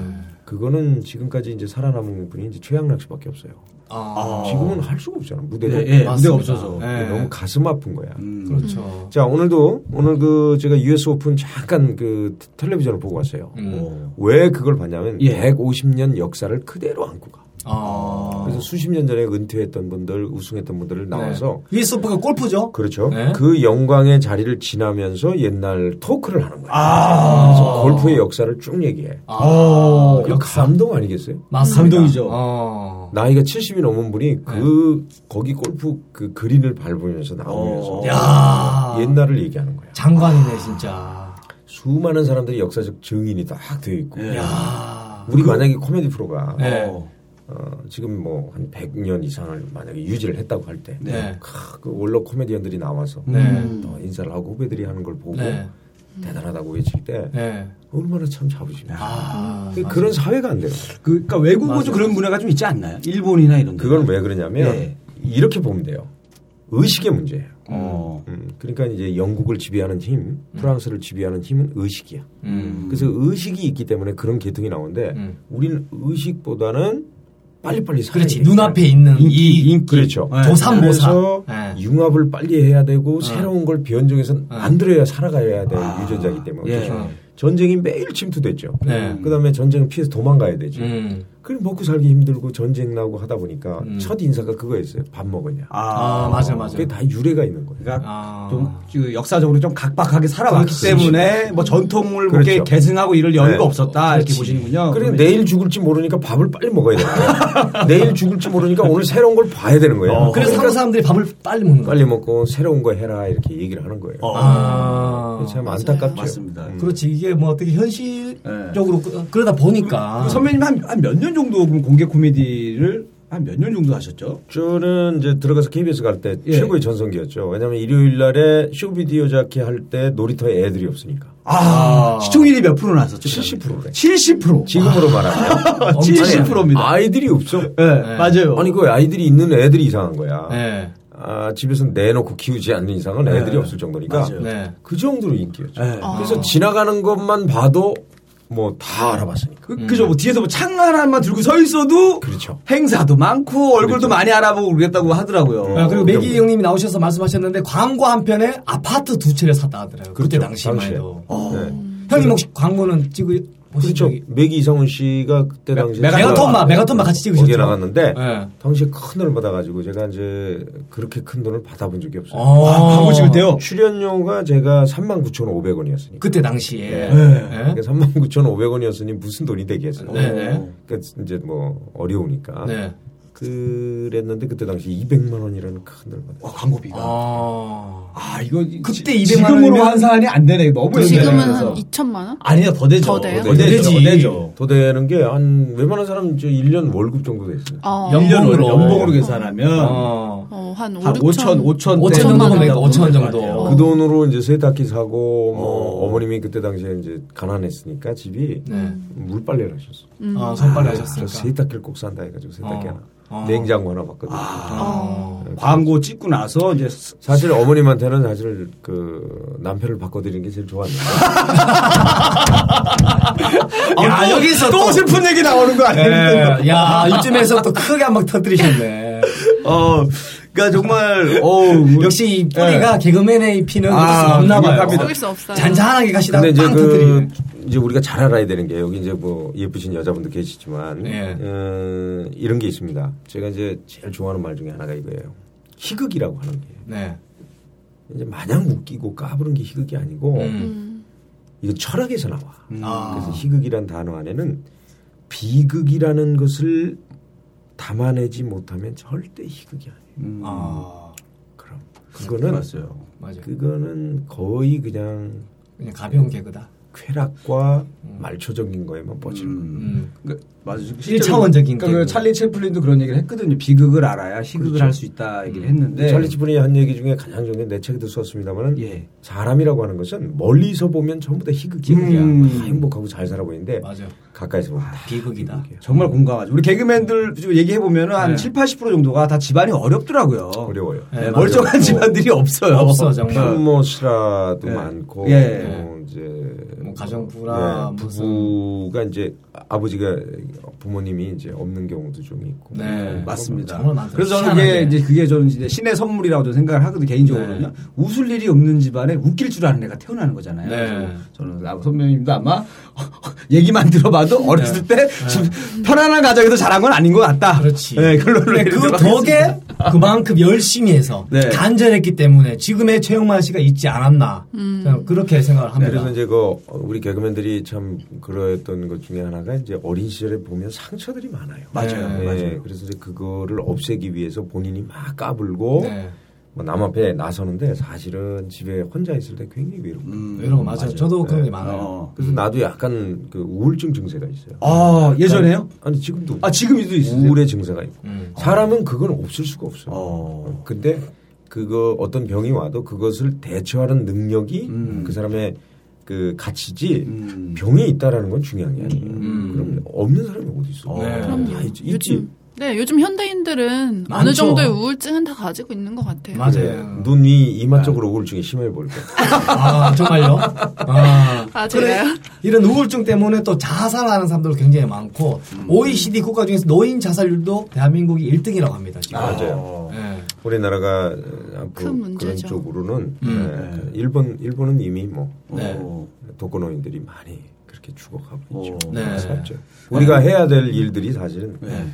[SPEAKER 5] 그거는 지금까지 이제 살아남은 분이 이제 최양락 씨밖에 없어요.
[SPEAKER 2] 아,
[SPEAKER 5] 지금은 할 수가 없잖아. 무대도
[SPEAKER 4] 예, 예,
[SPEAKER 5] 없고.
[SPEAKER 4] 무대가 없어서.
[SPEAKER 2] 예.
[SPEAKER 5] 네. 너무 가슴 아픈 거야.
[SPEAKER 4] 음.
[SPEAKER 2] 그렇죠.
[SPEAKER 5] 자 오늘도 오늘 그 제가 US 오픈 잠깐 그 텔레비전을 보고 왔어요.
[SPEAKER 2] 음.
[SPEAKER 5] 왜 그걸 봤냐면
[SPEAKER 4] 예.
[SPEAKER 5] 150년 역사를 그대로 안고 가.
[SPEAKER 2] 아.
[SPEAKER 5] 그래서 수십 년 전에 은퇴했던 분들, 우승했던 분들을 나와서
[SPEAKER 2] 네. 위스프가 골프죠?
[SPEAKER 5] 그렇죠.
[SPEAKER 2] 네.
[SPEAKER 5] 그 영광의 자리를 지나면서 옛날 토크를 하는 거야.
[SPEAKER 4] 아.
[SPEAKER 5] 그래서 골프의 역사를 쭉 얘기해.
[SPEAKER 2] 아.
[SPEAKER 5] 그 감동 아니겠어요?
[SPEAKER 2] 맞습니다.
[SPEAKER 4] 감동이죠.
[SPEAKER 2] 어.
[SPEAKER 5] 나이가 70이 넘은
[SPEAKER 2] 네.
[SPEAKER 5] 분이 그 거기 골프 그 그린을 밟으면서 나오면서
[SPEAKER 2] 어. 야.
[SPEAKER 5] 옛날을 얘기하는 거야.
[SPEAKER 2] 장관이네 진짜.
[SPEAKER 5] 수많은 사람들이 역사적 증인이 딱 되어 있고.
[SPEAKER 2] 야. 그
[SPEAKER 5] 우리 만약에 코미디 프로가
[SPEAKER 2] 네.
[SPEAKER 5] 어, 어, 지금 뭐 한 100년 이상을 만약에 유지를 했다고 할 때,
[SPEAKER 2] 네.
[SPEAKER 5] 캬, 그 원로 코미디언들이 나와서
[SPEAKER 2] 네.
[SPEAKER 5] 더 인사를 하고 후배들이 하는 걸 보고
[SPEAKER 2] 네.
[SPEAKER 5] 대단하다고 외칠 때
[SPEAKER 2] 네.
[SPEAKER 5] 얼마나 참 자부심이.
[SPEAKER 2] 아.
[SPEAKER 5] 그- 그런 사회가 안 돼요.
[SPEAKER 4] 그, 러니까 외국어도 그런 문화가 좀 있지 않나요? 일본이나 이런 데.
[SPEAKER 5] 그건 왜 그러냐면
[SPEAKER 4] 네.
[SPEAKER 5] 이렇게 보면 돼요. 의식의 문제예요.
[SPEAKER 4] 어.
[SPEAKER 5] 음, 그러니까 이제 영국을 지배하는 힘, 프랑스를 지배하는 힘은 의식이야.
[SPEAKER 2] 음.
[SPEAKER 5] 그래서 의식이 있기 때문에 그런 계통이 나오는데
[SPEAKER 2] 음.
[SPEAKER 5] 우리는 의식보다는 빨리빨리 살아야
[SPEAKER 2] 그렇지.
[SPEAKER 5] 되니까.
[SPEAKER 2] 눈앞에 있는 이
[SPEAKER 5] 그렇죠.
[SPEAKER 4] 음. 네.
[SPEAKER 2] 조삼모사.
[SPEAKER 5] 그래서
[SPEAKER 2] 네.
[SPEAKER 5] 융합을 빨리 해야 되고 새로운 걸 변종해서 만들어야 살아가야 될 유전자이기 때문에
[SPEAKER 4] 예.
[SPEAKER 2] 음.
[SPEAKER 5] 그렇죠. 전쟁이 매일 침투됐죠.
[SPEAKER 2] 네.
[SPEAKER 5] 그다음에 전쟁을 피해서 도망가야 되죠.
[SPEAKER 2] 음.
[SPEAKER 5] 그럼 먹고 살기 힘들고 전쟁 나고 하다 보니까
[SPEAKER 2] 음.
[SPEAKER 5] 첫 인사가 그거였어요. 밥 먹었냐.
[SPEAKER 2] 아, 맞아, 맞아.
[SPEAKER 5] 그게 다 유래가 있는 거예요.
[SPEAKER 4] 그러니까
[SPEAKER 2] 아.
[SPEAKER 4] 좀그 역사적으로 좀 각박하게 살아왔기
[SPEAKER 2] 그렇지.
[SPEAKER 4] 때문에 뭐 전통을 뭐
[SPEAKER 5] 그렇죠.
[SPEAKER 4] 이렇게 계승하고 이럴 여유가
[SPEAKER 5] 네.
[SPEAKER 4] 없었다 이렇게
[SPEAKER 2] 그렇지.
[SPEAKER 4] 보시는군요. 네.
[SPEAKER 5] 그래
[SPEAKER 4] 아, 그러면
[SPEAKER 5] 내일 죽을지 모르니까 밥을 빨리 먹어야 돼. 내일 죽을지 모르니까 오늘 새로운 걸 봐야 되는 거예요.
[SPEAKER 4] 어,
[SPEAKER 2] 어, 그래서 한국 사람들이 밥을 빨리 먹는 거야.
[SPEAKER 5] 빨리 먹고 새로운 거 해라 이렇게 얘기를 하는 거예요.
[SPEAKER 2] 아.
[SPEAKER 5] 참 안타깝죠.
[SPEAKER 4] 어, 맞습니다. 음.
[SPEAKER 2] 그렇지 이게 뭐 어떻게 현실적으로 그- 그러다 보니까
[SPEAKER 4] 선배님 한몇 년 정도 그럼 공개 코미디를 한 몇 년 정도 하셨죠?
[SPEAKER 5] 저는 이제 들어가서 KBS 갈 때
[SPEAKER 4] 예.
[SPEAKER 5] 최고의 전성기였죠. 왜냐하면 일요일 날에 쇼비디오 자키 할 때 놀이터에 애들이 없으니까.
[SPEAKER 4] 아, 시청률이 몇 프로 나왔었죠?
[SPEAKER 5] 70%래.
[SPEAKER 4] 70%.
[SPEAKER 5] 지금으로 말하면.
[SPEAKER 4] 아, 70%입니다.
[SPEAKER 5] 아이들이 없어.
[SPEAKER 4] 네, 맞아요. 예.
[SPEAKER 5] 아니 그 아이들이 있는 애들이 이상한 거야.
[SPEAKER 2] 네.
[SPEAKER 5] 아, 집에서 내놓고 키우지 않는 이상은 애들이 없을 정도니까
[SPEAKER 4] 맞아요.
[SPEAKER 2] 네.
[SPEAKER 5] 그 정도로 인기였죠.
[SPEAKER 4] 네.
[SPEAKER 5] 그래서 지나가는 것만 봐도 뭐 다 알아봤으니까.
[SPEAKER 4] 그, 그죠. 뭐 뒤에서 뭐창 하나만 들고 서 있어도
[SPEAKER 5] 그렇죠.
[SPEAKER 4] 행사도 많고 얼굴도
[SPEAKER 5] 그렇죠.
[SPEAKER 4] 많이 알아보고 그랬다고 하더라고요.
[SPEAKER 2] 아, 그리고
[SPEAKER 5] 그럼요.
[SPEAKER 2] 매기 형님이 나오셔서 말씀하셨는데 광고 한 편에 아파트 두 채를 샀다 하더라고요. 그때
[SPEAKER 5] 그렇죠.
[SPEAKER 2] 당시만
[SPEAKER 5] 당시에.
[SPEAKER 2] 해도.
[SPEAKER 4] 어.
[SPEAKER 5] 네.
[SPEAKER 2] 형님 혹시 광고는 찍으 보신
[SPEAKER 5] 그렇죠.
[SPEAKER 2] 적이
[SPEAKER 5] 매기 이성훈 씨가 그때 당시에
[SPEAKER 2] 메가톤마 메가톤마 같이
[SPEAKER 5] 거기에
[SPEAKER 2] 찍으셨죠?
[SPEAKER 5] 나갔는데
[SPEAKER 2] 네.
[SPEAKER 5] 당시에 큰 돈을 받아가지고 제가 이제 그렇게 큰 돈을 받아본 적이 없어요.
[SPEAKER 2] 아,
[SPEAKER 4] 광고 찍을 때요?
[SPEAKER 5] 출연료가 제가 39,500원이었으니까.
[SPEAKER 2] 그때 당시에.
[SPEAKER 5] 그러니까 39,500원이었으니 무슨 돈이 되겠어요.
[SPEAKER 2] 네, 네.
[SPEAKER 5] 그러니까 이제 뭐 어려우니까.
[SPEAKER 2] 네.
[SPEAKER 5] 그랬는데 그때 당시 200만 원이라는 큰 돈을 받았어요.
[SPEAKER 4] 와, 광고비가.
[SPEAKER 2] 아.
[SPEAKER 4] 아, 이거 이-
[SPEAKER 2] 그때
[SPEAKER 4] 지-
[SPEAKER 2] 200만
[SPEAKER 4] 지금으로
[SPEAKER 2] 원이면-
[SPEAKER 4] 환산이 안 되네. 너무
[SPEAKER 3] 지금은
[SPEAKER 4] 옛날이라서.
[SPEAKER 3] 한 2천만 원?
[SPEAKER 4] 아니요, 더 되죠.
[SPEAKER 3] 더 돼요?
[SPEAKER 2] 어,
[SPEAKER 4] 더 되죠.
[SPEAKER 2] 되지.
[SPEAKER 4] 더 되죠.
[SPEAKER 5] 더 되는 게 한 웬만한 사람 이제 1년 월급 정도 됐어요.
[SPEAKER 3] 어,
[SPEAKER 2] 영-
[SPEAKER 4] 1년으로
[SPEAKER 2] 연봉으로.
[SPEAKER 4] 연봉으로 계산하면
[SPEAKER 2] 어.
[SPEAKER 3] 어, 한 5,
[SPEAKER 4] 한 5천
[SPEAKER 3] 6천.
[SPEAKER 4] 5천
[SPEAKER 2] 5천 정도 그러니까 5천
[SPEAKER 4] 어.
[SPEAKER 2] 정도.
[SPEAKER 5] 그 돈으로 이제 세탁기 사고 뭐 어머님이 그때 당시에 이제 가난했으니까 집이
[SPEAKER 2] 네.
[SPEAKER 5] 물빨래를 하셨어.
[SPEAKER 2] 아, 손빨래
[SPEAKER 5] 저
[SPEAKER 2] 하셨으니까.
[SPEAKER 5] 세탁기를 꼭 산다 해가지고 세탁기
[SPEAKER 2] 어.
[SPEAKER 5] 하나,
[SPEAKER 2] 어.
[SPEAKER 5] 냉장고 하나 봤거든요.
[SPEAKER 2] 어.
[SPEAKER 4] 광고 찍고 나서 이제 스-
[SPEAKER 5] 사실 어머님한테는 사실 그 남편을 바꿔드리는 게 제일 좋았는데
[SPEAKER 2] 야, 여기서
[SPEAKER 4] 아, 또
[SPEAKER 2] 또-
[SPEAKER 4] 슬픈 얘기 나오는 거 아니에요?
[SPEAKER 2] 네. 야, 이쯤에서 또 크게 한방 터뜨리셨네.
[SPEAKER 4] 어, 그러니까 정말 어
[SPEAKER 2] 역시 이 뿌리가 개그맨의 피는 어쩔 수
[SPEAKER 4] 아,
[SPEAKER 2] 없나 봐요.
[SPEAKER 4] 중요합니다.
[SPEAKER 3] 속일 수 없어요.
[SPEAKER 2] 잔잔하게 가시다가
[SPEAKER 5] 근데 이제
[SPEAKER 2] 빵 터뜨리네.
[SPEAKER 5] 그 이제 우리가 잘 알아야 되는 게 여기 이제 뭐 예쁘신 여자분도 계시지만
[SPEAKER 2] 예.
[SPEAKER 5] 어, 이런 게 있습니다. 제가 이제 제일 좋아하는 말 중에 하나가 이거예요. 희극이라고 하는 게
[SPEAKER 2] 네.
[SPEAKER 5] 이제 마냥 웃기고 까부는 게 희극이 아니고
[SPEAKER 2] 음.
[SPEAKER 5] 이거 철학에서 나와.
[SPEAKER 2] 아.
[SPEAKER 5] 그래서 희극이란 단어 안에는 비극이라는 것을 담아내지 못하면 절대 희극이 아니에요.
[SPEAKER 3] 음.
[SPEAKER 2] 아.
[SPEAKER 5] 그럼 그거는
[SPEAKER 4] 봤어요.
[SPEAKER 2] 맞아요.
[SPEAKER 5] 그거는 거의 그냥
[SPEAKER 2] 그냥 가벼운 개그다.
[SPEAKER 5] 쾌락과
[SPEAKER 2] 음.
[SPEAKER 5] 말초적인 거에만 뻗치는 거예요.
[SPEAKER 4] 음. 그러니까 맞아요.
[SPEAKER 2] 실제로- 일차원적인
[SPEAKER 4] 그러니까 그
[SPEAKER 2] 게임이에요.
[SPEAKER 4] 찰리 채플린도 그런 얘기를 했거든요. 비극을 알아야 희극을 할 수 있다 얘기를
[SPEAKER 2] 네.
[SPEAKER 4] 했는데
[SPEAKER 5] 찰리 치프린이 한 얘기 중에 가장 좋은 게 내 책에도 썼습니다만은
[SPEAKER 4] 예.
[SPEAKER 5] 사람이라고 하는 것은 멀리서 보면 전부 다 희극이야.
[SPEAKER 4] 음.
[SPEAKER 5] 다 행복하고 잘 살아 보이는데
[SPEAKER 2] 음, 맞아요.
[SPEAKER 5] 가까이서 보면 다
[SPEAKER 2] 비극이다.
[SPEAKER 5] 비극이에요.
[SPEAKER 4] 정말 공감하죠. 우리 개그맨들 얘기해 보면 은한 7, 80% 정도가 다 집안이 어렵더라고요.
[SPEAKER 5] 어려워요.
[SPEAKER 2] 네,
[SPEAKER 4] 멀쩡한
[SPEAKER 2] 맞아요. 네.
[SPEAKER 4] 집안들이 없어요.
[SPEAKER 2] 없어, 정말.
[SPEAKER 5] 부모시라도
[SPEAKER 4] 네.
[SPEAKER 5] 많고
[SPEAKER 4] 예.
[SPEAKER 5] 뭐 이제
[SPEAKER 2] 뭐 가정부라
[SPEAKER 5] 네,
[SPEAKER 2] 무슨
[SPEAKER 5] 부부가 이제 아버지가 부모님이 이제 없는 경우도 좀 있고
[SPEAKER 2] 네.
[SPEAKER 4] 맞습니다.
[SPEAKER 2] 정말 많더라고요.
[SPEAKER 4] 그래서 저는 이게
[SPEAKER 2] 희한하게.
[SPEAKER 4] 이제 그게 저는 이제 신의 선물이라고 저는 생각을 하거든요. 개인적으로는요.
[SPEAKER 2] 네.
[SPEAKER 4] 웃을 일이 없는 집안에 웃길 줄 아는 애가 태어나는 거잖아요.
[SPEAKER 2] 네.
[SPEAKER 4] 그래서 저는 아, 선배님도 아마 얘기만 들어봐도 어렸을 때 좀 편안한 가정에서 자란 건 아닌 것 같다.
[SPEAKER 2] 네. 그렇지.
[SPEAKER 4] 네, 결론을
[SPEAKER 2] 근데 그
[SPEAKER 4] 내리도록
[SPEAKER 2] 덕에
[SPEAKER 4] 하겠습니다.
[SPEAKER 2] 그만큼 열심히 해서
[SPEAKER 4] 네.
[SPEAKER 2] 간절했기 때문에 지금의 최용만 씨가 있지 않았나
[SPEAKER 3] 음.
[SPEAKER 2] 저는 그렇게 생각을 합니다.
[SPEAKER 5] 그래서 이제 그 우리 개그맨들이 참 그랬던 것 중에 하나가 이제 어린 시절에 보면 상처들이 많아요.
[SPEAKER 4] 맞아요.
[SPEAKER 5] 네,
[SPEAKER 4] 맞아요.
[SPEAKER 5] 그래서 이제 그거를 없애기 위해서 본인이 막 까불고
[SPEAKER 2] 네.
[SPEAKER 5] 뭐 남 앞에 나서는데 사실은 집에 혼자 있을 때 굉장히 외롭고
[SPEAKER 4] 음,
[SPEAKER 2] 이런 거 맞아요. 저도 그런 게 많아요.
[SPEAKER 4] 어.
[SPEAKER 5] 그래서 나도 약간 그 우울증 증세가 있어요.
[SPEAKER 4] 아, 예전에요?
[SPEAKER 5] 아니 지금도
[SPEAKER 4] 아, 지금도 있으세요?
[SPEAKER 5] 우울의 증세가 있고
[SPEAKER 2] 음.
[SPEAKER 5] 사람은 그건 없을 수가 없어요.
[SPEAKER 4] 어.
[SPEAKER 5] 근데 그거 어떤 병이 와도 그것을 대처하는 능력이 그 사람의 그 가치지
[SPEAKER 4] 음.
[SPEAKER 5] 병이 있다라는 건 중요한 게 아니에요. 그럼 없는 사람이 어디 있어?
[SPEAKER 4] 네.
[SPEAKER 3] 아,
[SPEAKER 5] 다 있지. 있지.
[SPEAKER 3] 요즘 네 요즘 현대인들은
[SPEAKER 2] 많죠.
[SPEAKER 3] 어느 정도의 우울증은 다 가지고 있는 것 같아요.
[SPEAKER 2] 맞아요.
[SPEAKER 3] 음.
[SPEAKER 5] 눈 위 이마 쪽으로 우울증이 심해 보일 거
[SPEAKER 2] 아 정말요? 아,
[SPEAKER 3] 아, 제가요?
[SPEAKER 2] 이런 우울증 때문에 또 자살하는 사람들도 굉장히 많고 OECD 국가 중에서 노인 자살률도 대한민국이 1등이라고 합니다. 지금.
[SPEAKER 5] 맞아요.
[SPEAKER 2] 예.
[SPEAKER 5] 우리나라가 어, 앞으로
[SPEAKER 3] 큰 문제죠.
[SPEAKER 5] 그런 쪽으로는
[SPEAKER 2] 음.
[SPEAKER 5] 예, 일본 일본은 이미 뭐
[SPEAKER 2] 네.
[SPEAKER 4] 어.
[SPEAKER 5] 독거노인들이 많이 그렇게 죽어가고 있죠.
[SPEAKER 4] 오.
[SPEAKER 2] 네.
[SPEAKER 5] 안타깝죠. 우리가 해야 될 일들이 사실은
[SPEAKER 2] 예.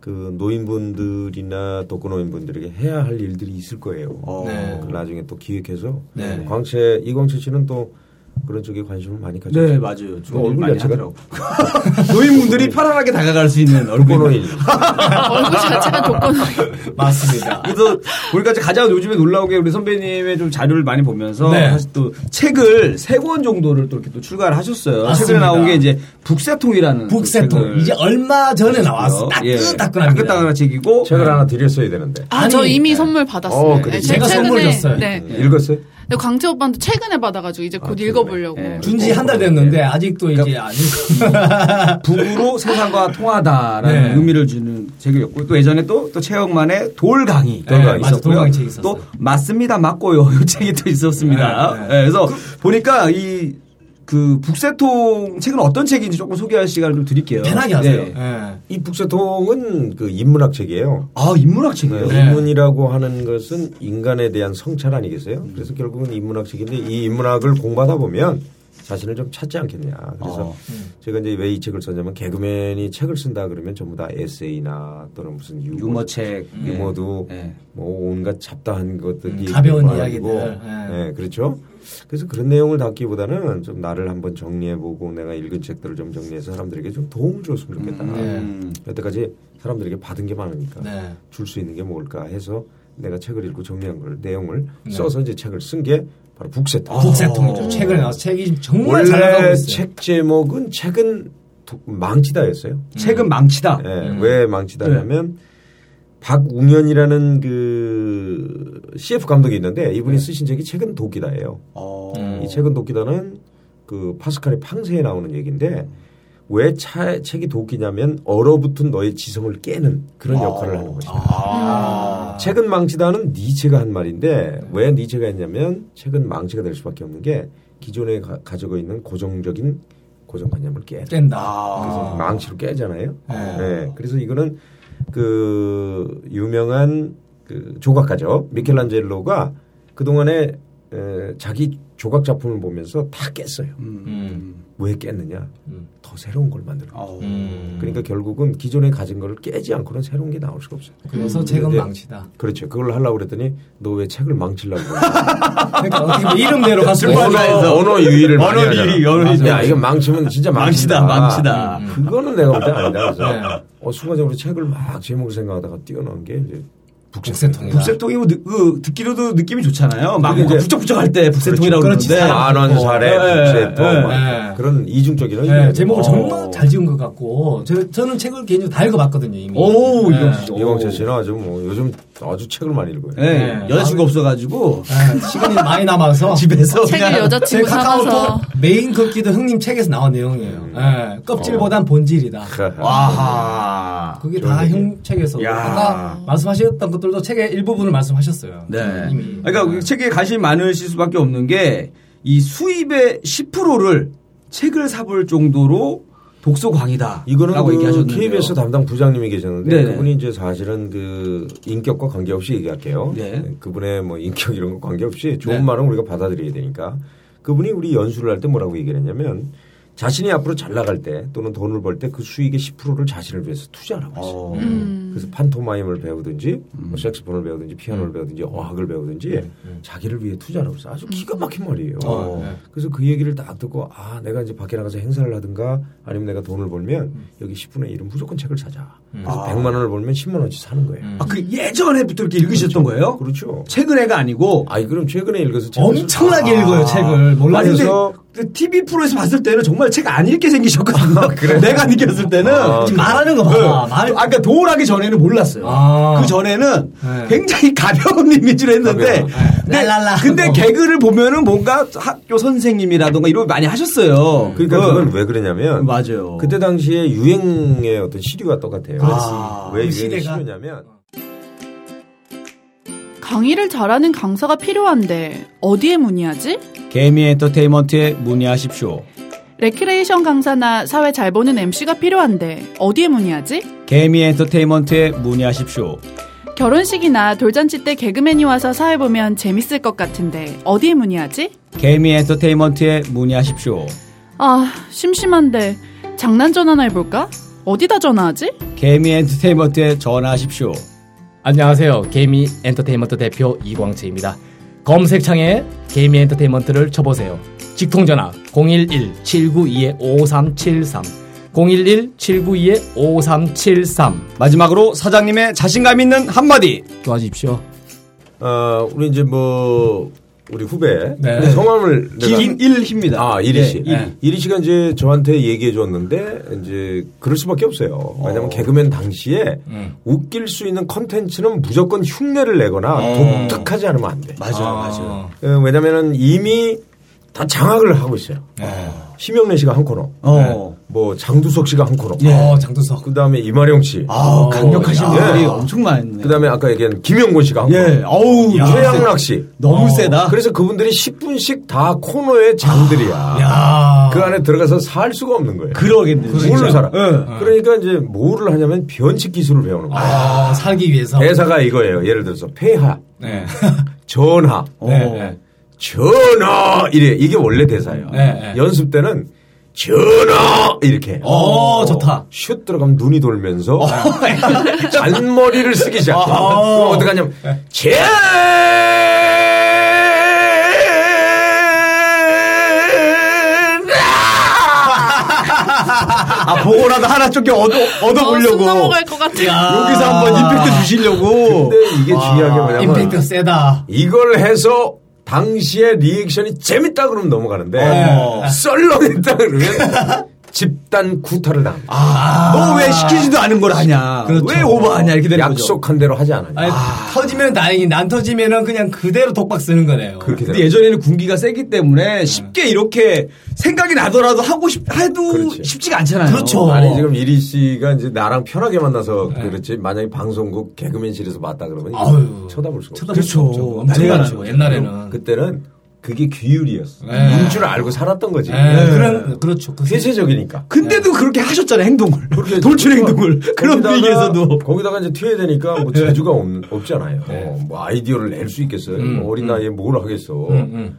[SPEAKER 5] 그 노인분들이나 독거노인분들에게 해야 할 일들이 있을 거예요.
[SPEAKER 4] 어.
[SPEAKER 2] 네.
[SPEAKER 5] 그 나중에 또 기획해서
[SPEAKER 2] 네.
[SPEAKER 5] 광채 이광채 씨는 또 그런 쪽에 관심을 많이 가졌죠.
[SPEAKER 4] 네, 맞아요. 저
[SPEAKER 5] 얼굴
[SPEAKER 4] 많이
[SPEAKER 5] 자체가-
[SPEAKER 4] 하더라고. 노인분들이 편안하게 다가갈 수 있는 얼굴.
[SPEAKER 5] 독거노인.
[SPEAKER 3] 얼굴 그 자체가 조건이
[SPEAKER 2] 맞습니다.
[SPEAKER 4] 그래서 우리가 이제 가장 요즘에 놀라운 게 우리 선배님의 좀 자료를 많이 보면서
[SPEAKER 2] 네.
[SPEAKER 4] 사실 또 책을 세 권 정도를 또 이렇게 또 출간을 하셨어요.
[SPEAKER 2] 맞습니다.
[SPEAKER 4] 책에 나온 게 이제 북새통이라는 그
[SPEAKER 2] 북새통 이제 얼마 전에 나왔어. 따끈따끈합니다.
[SPEAKER 4] 예. 따끈따끈한 책이고 네.
[SPEAKER 5] 책을 하나 드렸어야 되는데
[SPEAKER 3] 아, 저
[SPEAKER 2] 아니,
[SPEAKER 3] 이미
[SPEAKER 2] 네.
[SPEAKER 3] 선물 받았어요.
[SPEAKER 5] 어, 그래요?
[SPEAKER 3] 제
[SPEAKER 2] 제가
[SPEAKER 3] 최근에-
[SPEAKER 2] 선물 줬어요.
[SPEAKER 3] 네.
[SPEAKER 5] 음, 읽었어요?
[SPEAKER 3] 근데 광채 오빠한테 최근에 받아가지고 이제 곧 읽어보려고.
[SPEAKER 4] 예.
[SPEAKER 2] 준지 한 달 됐는데 아직도 이제 안 읽고.
[SPEAKER 4] 북으로 세상과 통하다라는
[SPEAKER 2] 네.
[SPEAKER 4] 의미를 주는 책이었고 또 예전에 또, 또 최영만의 돌강이
[SPEAKER 2] 네,
[SPEAKER 4] 돌강이
[SPEAKER 2] 맞아,
[SPEAKER 4] 있었고요.
[SPEAKER 2] 돌강이 책이 있었어요.
[SPEAKER 4] 또 맞습니다 맞고요 이 책이 또 있었습니다.
[SPEAKER 2] 네, 네.
[SPEAKER 4] 네, 그래서 보니까 이 그 북새통 책은 어떤 책인지 조금 소개할 시간을 좀 드릴게요.
[SPEAKER 2] 편하게 하세요.
[SPEAKER 4] 네.
[SPEAKER 2] 예.
[SPEAKER 5] 이 북새통은 그 인문학 책이에요.
[SPEAKER 4] 아 인문학 책이에요.
[SPEAKER 2] 네.
[SPEAKER 5] 인문이라고 하는 것은 인간에 대한 성찰
[SPEAKER 4] 음.
[SPEAKER 5] 아니겠어요? 그래서 결국은 인문학 책인데 이 인문학을 공부하다 보면 자신을 좀 찾지 않겠냐. 그래서
[SPEAKER 4] 어.
[SPEAKER 5] 제가 이제 왜 이 책을 썼냐면 개그맨이 책을 쓴다 그러면 전부 다 에세이나 또는 무슨 유머,
[SPEAKER 4] 유머 책, 예.
[SPEAKER 2] 네.
[SPEAKER 5] 유머도
[SPEAKER 4] 예.
[SPEAKER 5] 뭐 온갖 잡다한
[SPEAKER 2] 음,
[SPEAKER 5] 것들이
[SPEAKER 2] 가벼운
[SPEAKER 5] 있는 거 아니고.
[SPEAKER 2] 이야기들. 예.
[SPEAKER 5] 네, 그렇죠. 그래서 그런 내용을 담기보다는 좀 나를 한번 정리해보고 내가 읽은 책들을 좀 정리해서 사람들에게 좀 도움을 줬으면 좋겠다.
[SPEAKER 4] 음.
[SPEAKER 5] 여태까지 사람들에게 받은 게 많으니까
[SPEAKER 2] 예. 네.
[SPEAKER 5] 줄 수 있는 게 뭘까 해서 내가 책을 읽고 정리한 걸 내용을
[SPEAKER 2] 네.
[SPEAKER 5] 써서 이제 책을 쓴 게 바로 북새통.
[SPEAKER 2] 북새통이죠. 최근에 나와서 책이 아, 정말 잘 나가고
[SPEAKER 5] 아. 원래
[SPEAKER 2] 있어요.
[SPEAKER 5] 책 제목은 책은 두- 망치다였어요.
[SPEAKER 4] 책은 망치다.
[SPEAKER 2] 네.
[SPEAKER 5] 예, 왜 망치다냐면 박웅현이라는 그 CF 감독이 있는데 이분이 쓰신 책이 책은 도끼다예요.
[SPEAKER 4] 어.
[SPEAKER 2] 음.
[SPEAKER 5] 이 책은 도끼다는 그 파스칼의 팡세에 나오는 얘기인데 왜 차, 책이 도끼냐면 얼어붙은 너의 지성을 깨는 그런 역할을 하는 것이다.
[SPEAKER 2] 아.
[SPEAKER 5] 책은 망치다는 니체가 한 말인데 왜 니체가 했냐면 책은 망치가 될 수밖에 없는 게 기존에 가, 가지고 있는 고정적인 고정관념을 깨는
[SPEAKER 2] 깬다.
[SPEAKER 5] 그래서 망치로 깨잖아요.
[SPEAKER 2] 아. 네.
[SPEAKER 5] 네. 그래서 이거는 그 유명한 그 조각가죠 미켈란젤로가 그 동안에 자기 조각 작품을 보면서 다 깼어요.
[SPEAKER 2] 음.
[SPEAKER 5] 왜 깼느냐?
[SPEAKER 2] 음.
[SPEAKER 5] 더 새로운 걸 만들어.
[SPEAKER 4] 어.
[SPEAKER 2] 음.
[SPEAKER 5] 그러니까 결국은 기존에 가진 걸 깨지 않고는 새로운 게 나올 수가 없어요.
[SPEAKER 2] 그래서 책은
[SPEAKER 5] 네.
[SPEAKER 2] 망치다.
[SPEAKER 5] 그렇죠. 그걸 하려고 그랬더니 너 왜 책을 망치려고? 그래?
[SPEAKER 2] 그러니까 어떻게 보면 이름대로
[SPEAKER 3] 네.
[SPEAKER 2] 갔을 때
[SPEAKER 5] 언어, 언어 유희를 많이
[SPEAKER 4] 언어
[SPEAKER 5] 하잖아.
[SPEAKER 4] 유희, 언어 유희.
[SPEAKER 5] 야, 이거 망치면 진짜
[SPEAKER 4] 망치다,
[SPEAKER 5] 망치다.
[SPEAKER 4] 망치다.
[SPEAKER 5] 음, 음. 그거는 내가 볼때 아니다. 그래서
[SPEAKER 2] 네.
[SPEAKER 5] 어, 순간적으로 책을 막 제목을 생각하다가 뛰어난 게 이제
[SPEAKER 2] 북새통이다.
[SPEAKER 4] 북새통이 뭐 느- 그 듣기로도 느낌이 좋잖아요. 막
[SPEAKER 5] 근데
[SPEAKER 4] 뭔가
[SPEAKER 5] 이제-
[SPEAKER 4] 북적북적할 때 북새통이라고
[SPEAKER 2] 그렇지,
[SPEAKER 4] 그러는데
[SPEAKER 2] 사람
[SPEAKER 5] 만원살의
[SPEAKER 4] 네,
[SPEAKER 5] 북새통
[SPEAKER 4] 네,
[SPEAKER 5] 막
[SPEAKER 2] 네.
[SPEAKER 5] 그런 이중적인
[SPEAKER 2] 네,
[SPEAKER 5] 의미예요.
[SPEAKER 2] 제목을
[SPEAKER 5] 어.
[SPEAKER 2] 정말 잘 지은 것 같고 저, 저는 책을 개인적으로 다 읽어봤거든요 이미.
[SPEAKER 4] 오,
[SPEAKER 2] 네.
[SPEAKER 4] 이거 진짜.
[SPEAKER 5] 예. 이광철 씨는 아주 뭐 요즘 아주 책을 많이 읽어요.
[SPEAKER 4] 예,
[SPEAKER 2] 네.
[SPEAKER 4] 여자친구 없어가지고
[SPEAKER 2] 네, 시간이 많이 남아서
[SPEAKER 4] 집에서
[SPEAKER 3] 책을
[SPEAKER 4] 그냥
[SPEAKER 2] 어, 제
[SPEAKER 3] 여자친구 삼아서.
[SPEAKER 2] 카카오톡 메인 걷기도 형님 책에서 나온 내용이에요. 네, 껍질보단 본질이다.
[SPEAKER 4] 아, 아하.
[SPEAKER 2] 그게 다 형 책에서
[SPEAKER 4] 야.
[SPEAKER 2] 아까 말씀하셨던 것들도 책의 일부분을 말씀하셨어요.
[SPEAKER 4] 네.
[SPEAKER 2] 이미.
[SPEAKER 4] 그러니까 그 책에 관심이 많으실 수밖에 없는 게 이 수입의 10%를 책을 사볼 정도로 독서광이다.
[SPEAKER 5] 이거는
[SPEAKER 4] 라고
[SPEAKER 5] 그
[SPEAKER 4] 얘기하셨는데요.
[SPEAKER 5] KBS 담당 부장님이 계셨는데
[SPEAKER 4] 네네.
[SPEAKER 5] 그분이 이제 사실은 그 인격과 관계없이 얘기할게요.
[SPEAKER 4] 네.
[SPEAKER 5] 그분의 뭐 인격 이런 거 관계없이 좋은
[SPEAKER 4] 네.
[SPEAKER 5] 말은 우리가 받아들여야 되니까 그분이 우리 연수를 할 때 뭐라고 얘기를 했냐면 자신이 앞으로 잘 나갈 때 또는 돈을 벌 때 그 수익의 10%를 자신을 위해서 투자하라고 했어요.
[SPEAKER 4] 어.
[SPEAKER 2] 음.
[SPEAKER 3] 음.
[SPEAKER 5] 그래서 판토마임을 배우든지 뭐 색스폰을 배우든지 피아노를 배우든지 어학을 배우든지 자기를 위해 투자를 해서 아주 기가 막힌 말이에요.
[SPEAKER 4] 어.
[SPEAKER 2] 네.
[SPEAKER 5] 그래서 그 얘기를 딱 듣고 아 내가 이제 밖에 나가서 행사를 하든가 아니면 내가 돈을 벌면 여기 10분의 1은 무조건 책을 사자. 그래서
[SPEAKER 4] 아.
[SPEAKER 5] 100만 원을 벌면 10만 원씩 사는 거예요.
[SPEAKER 4] 아, 그 예전에부터 이렇게 읽으셨던 거예요?
[SPEAKER 5] 그렇죠.
[SPEAKER 4] 최근에가 아니고
[SPEAKER 5] 아이 그럼 최근에 읽어서 책을 아.
[SPEAKER 2] 엄청나게
[SPEAKER 5] 사-
[SPEAKER 2] 읽어요 책을
[SPEAKER 4] 아니,
[SPEAKER 2] 몰라서
[SPEAKER 4] 그 근데
[SPEAKER 5] 그래서-
[SPEAKER 4] 그 TV 프로에서 봤을 때는 정말 책 안 읽게 생기셨거든요. 내가 느꼈을 때는.
[SPEAKER 5] 아,
[SPEAKER 2] 지금 말하는 거
[SPEAKER 4] 네.
[SPEAKER 2] 봐. 말
[SPEAKER 4] 아까 도울하기 전에는 몰랐어요.
[SPEAKER 2] 아.
[SPEAKER 4] 그 전에는
[SPEAKER 2] 네.
[SPEAKER 4] 굉장히 가벼운 이미지로 했는데.
[SPEAKER 5] 가벼운.
[SPEAKER 4] 근데,
[SPEAKER 2] 랄랄라.
[SPEAKER 4] 근데
[SPEAKER 2] 뭐.
[SPEAKER 4] 개그를 보면은 뭔가 학교 선생님이라든가 이런 거 많이 하셨어요.
[SPEAKER 5] 그러니까
[SPEAKER 4] 그-
[SPEAKER 5] 그건 왜 그러냐면
[SPEAKER 4] 맞아요.
[SPEAKER 5] 그때 당시에 유행의 어떤 시류가 똑같아요.
[SPEAKER 4] 그렇지.
[SPEAKER 5] 왜
[SPEAKER 2] 그
[SPEAKER 5] 유행의
[SPEAKER 2] 시대가-
[SPEAKER 5] 시류냐면
[SPEAKER 3] 강의를 잘하는 강사가 필요한데 어디에 문의하지?
[SPEAKER 4] 개미 엔터테인먼트에 문의하십시오.
[SPEAKER 3] 레크레이션 강사나 사회 잘 보는 MC가 필요한데 어디에 문의하지?
[SPEAKER 4] 개미 엔터테인먼트에 문의하십시오.
[SPEAKER 3] 결혼식이나 돌잔치 때 개그맨이 와서 사회보면 재밌을 것 같은데 어디에 문의하지?
[SPEAKER 4] 개미 엔터테인먼트에 문의하십시오.
[SPEAKER 3] 아, 심심한데 장난 전화나 해볼까? 어디다 전화하지?
[SPEAKER 4] 개미 엔터테인먼트에 전화하십시오.
[SPEAKER 6] 안녕하세요. 개미 엔터테인먼트 대표 이광채입니다. 검색창에 개미 엔터테인먼트를 쳐보세요. 직통전화 011-792-5373 011-792-5373
[SPEAKER 4] 마지막으로 사장님의 자신감 있는 한마디.
[SPEAKER 6] 도와주십시오.
[SPEAKER 5] 어, 우리 이제 뭐 우리 후배
[SPEAKER 2] 네.
[SPEAKER 5] 근데 성함을 내가-
[SPEAKER 4] 김일희입니다. 네,
[SPEAKER 5] 아 이리 씨,
[SPEAKER 2] 예, 예.
[SPEAKER 5] 이리 씨가 이제 저한테 얘기해 줬는데 이제 그럴 수밖에 없어요. 왜냐하면 개그맨 당시에
[SPEAKER 4] 음.
[SPEAKER 5] 웃길 수 있는 컨텐츠는 무조건 흉내를 내거나 독특하지 않으면 안 돼.
[SPEAKER 4] 어. 맞아요, 맞아요.
[SPEAKER 5] 어, 왜냐면은 이미 다 장악을 하고 있어요. 심영래 씨가 한 코너,
[SPEAKER 4] 네. 어. 예.
[SPEAKER 5] 뭐 장두석 씨가 한 코너,
[SPEAKER 2] 어, 장두석.
[SPEAKER 5] 그 다음에 이마령 씨,
[SPEAKER 4] 아우, 강력하신
[SPEAKER 5] 어, 야.
[SPEAKER 4] 분들이 엄청 많네.
[SPEAKER 5] 그 다음에 아까 얘기한 김영곤 씨가 한
[SPEAKER 4] 예,
[SPEAKER 5] 코너,
[SPEAKER 4] 어우,
[SPEAKER 5] 최양락 씨.
[SPEAKER 4] 너무 세다.
[SPEAKER 5] 어, 그래서 그분들이 10분씩 다 코너의 장들이야.
[SPEAKER 2] 아,
[SPEAKER 5] 그 안에 들어가서 살 수가 없는 거예요.
[SPEAKER 4] 그러겠네.
[SPEAKER 5] 뭘로 살아? 그러니까 이제 뭐를 하냐면 변칙 기술을 배우는 거예요.
[SPEAKER 2] 아, 살기 위해서.
[SPEAKER 5] 대사가 이거예요. 예를 들어서 폐하,
[SPEAKER 2] 네.
[SPEAKER 5] 전하,
[SPEAKER 2] 네, 네.
[SPEAKER 5] 전하 이래 이게 원래 대사예요.
[SPEAKER 2] 네, 네.
[SPEAKER 5] 연습 때는 전하 이렇게.
[SPEAKER 2] 어, 좋다.
[SPEAKER 5] 슛 들어가면 눈이 돌면서 잔머리를 쓰기 시작해.
[SPEAKER 2] 아.
[SPEAKER 5] 그럼 어떻게 하냐면
[SPEAKER 2] 네.
[SPEAKER 5] 제
[SPEAKER 4] 아, 보고라도 하나 쫓겨 얻어,
[SPEAKER 3] 숨
[SPEAKER 4] 얻어보려고.
[SPEAKER 3] 넘어갈 것 같아.
[SPEAKER 4] 여기서 한번 임팩트 주시려고.
[SPEAKER 5] 근데 이게 중요한 게 뭐냐면
[SPEAKER 2] 임팩트가 세다.
[SPEAKER 5] 이걸 해서 당시에 리액션이 재밌다 그러면 넘어가는데
[SPEAKER 4] 어.
[SPEAKER 5] 썰렁했다 그러면 집단 구타를 당합니다. 아.
[SPEAKER 4] 너 왜 시키지도 않은 걸 하냐.
[SPEAKER 2] 그렇죠.
[SPEAKER 4] 아, 왜 오버하냐. 이렇게 되는 거죠.
[SPEAKER 5] 약속한 대로 하지 않아요.
[SPEAKER 2] 아니, 터지면 다행인데 안 터지면은 그냥 그대로 독박 쓰는 거네요.
[SPEAKER 5] 그렇게
[SPEAKER 4] 근데 예전에는 군기가 세기 때문에 쉽게 이렇게 생각이 나더라도 하고 싶, 해도
[SPEAKER 5] 네. 그렇지.
[SPEAKER 4] 쉽지가 않잖아요.
[SPEAKER 2] 그렇죠.
[SPEAKER 5] 아니
[SPEAKER 4] 어.
[SPEAKER 5] 지금 이리 씨가 이제 나랑 편하게 만나서
[SPEAKER 4] 네.
[SPEAKER 5] 그렇지 만약에 방송국 개그맨실에서 맞다 그러면 이거
[SPEAKER 2] 아유.
[SPEAKER 5] 쳐다볼 수가 없어.
[SPEAKER 2] 쳐다볼 수 없죠.
[SPEAKER 4] 그렇죠.
[SPEAKER 2] 엄청나죠.
[SPEAKER 4] 당연하죠.
[SPEAKER 2] 옛날에는.
[SPEAKER 5] 그때는 그게 규율이었어.
[SPEAKER 2] 네.
[SPEAKER 5] 인줄 알고 살았던 거지.
[SPEAKER 4] 네.
[SPEAKER 2] 예, 그런 그렇죠. 그
[SPEAKER 5] 세세적이니까.
[SPEAKER 4] 근데도 네. 그렇게 하셨잖아요, 행동을.
[SPEAKER 5] 그렇게
[SPEAKER 4] 돌출
[SPEAKER 5] 했죠.
[SPEAKER 4] 행동을. 그런
[SPEAKER 5] 거기다가-
[SPEAKER 4] 분위기에서도.
[SPEAKER 5] 거기다가 이제 튀어야 되니까 뭐 재주가 없, 없잖아요.
[SPEAKER 4] 네.
[SPEAKER 5] 뭐 아이디어를 낼 수 있겠어요.
[SPEAKER 4] 음,
[SPEAKER 5] 뭐 어린 나이에 뭘 하겠어.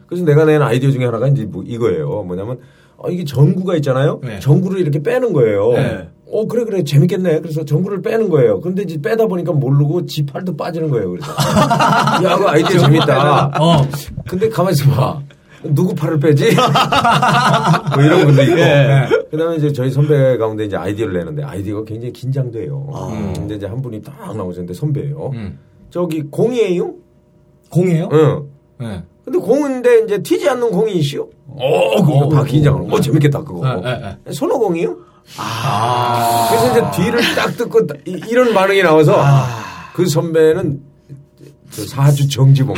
[SPEAKER 5] 그래서 내가 낸 아이디어 중에 하나가 이제 뭐 이거예요. 뭐냐면 아, 이게 전구가 있잖아요.
[SPEAKER 2] 네.
[SPEAKER 5] 전구를 이렇게 빼는 거예요.
[SPEAKER 2] 네.
[SPEAKER 5] 어 그래 그래 재밌겠네. 그래서 전구를 빼는 거예요. 근데 이제 빼다 보니까 모르고 지팔도 빠지는 거예요. 그래서 야, 그 아이디어 재밌다.
[SPEAKER 2] 어.
[SPEAKER 5] 근데 가만 있어 봐. 누구 팔을 빼지? 뭐 이런 분도 있고. 네. 그다음에 이제 저희 선배 가운데 이제 아이디어를 내는데 아이디어가 굉장히 긴장돼요. 근데 이제 한 분이 딱 나오셨는데 선배예요. 저기 공이에요?
[SPEAKER 2] 공이에요?
[SPEAKER 5] 응.
[SPEAKER 2] 네.
[SPEAKER 5] 근데 공인데 이제 튀지 않는 공이시요? 어, 그거 다 긴장하고. 어, 재밌겠다 그거.
[SPEAKER 2] 뭐, 네,
[SPEAKER 5] 손오공이요? 아. 그래서 이제 뒤를 딱 듣고 이- 이런 반응이 나와서
[SPEAKER 2] 아.
[SPEAKER 5] 그 선배는 저 사주 정지봉.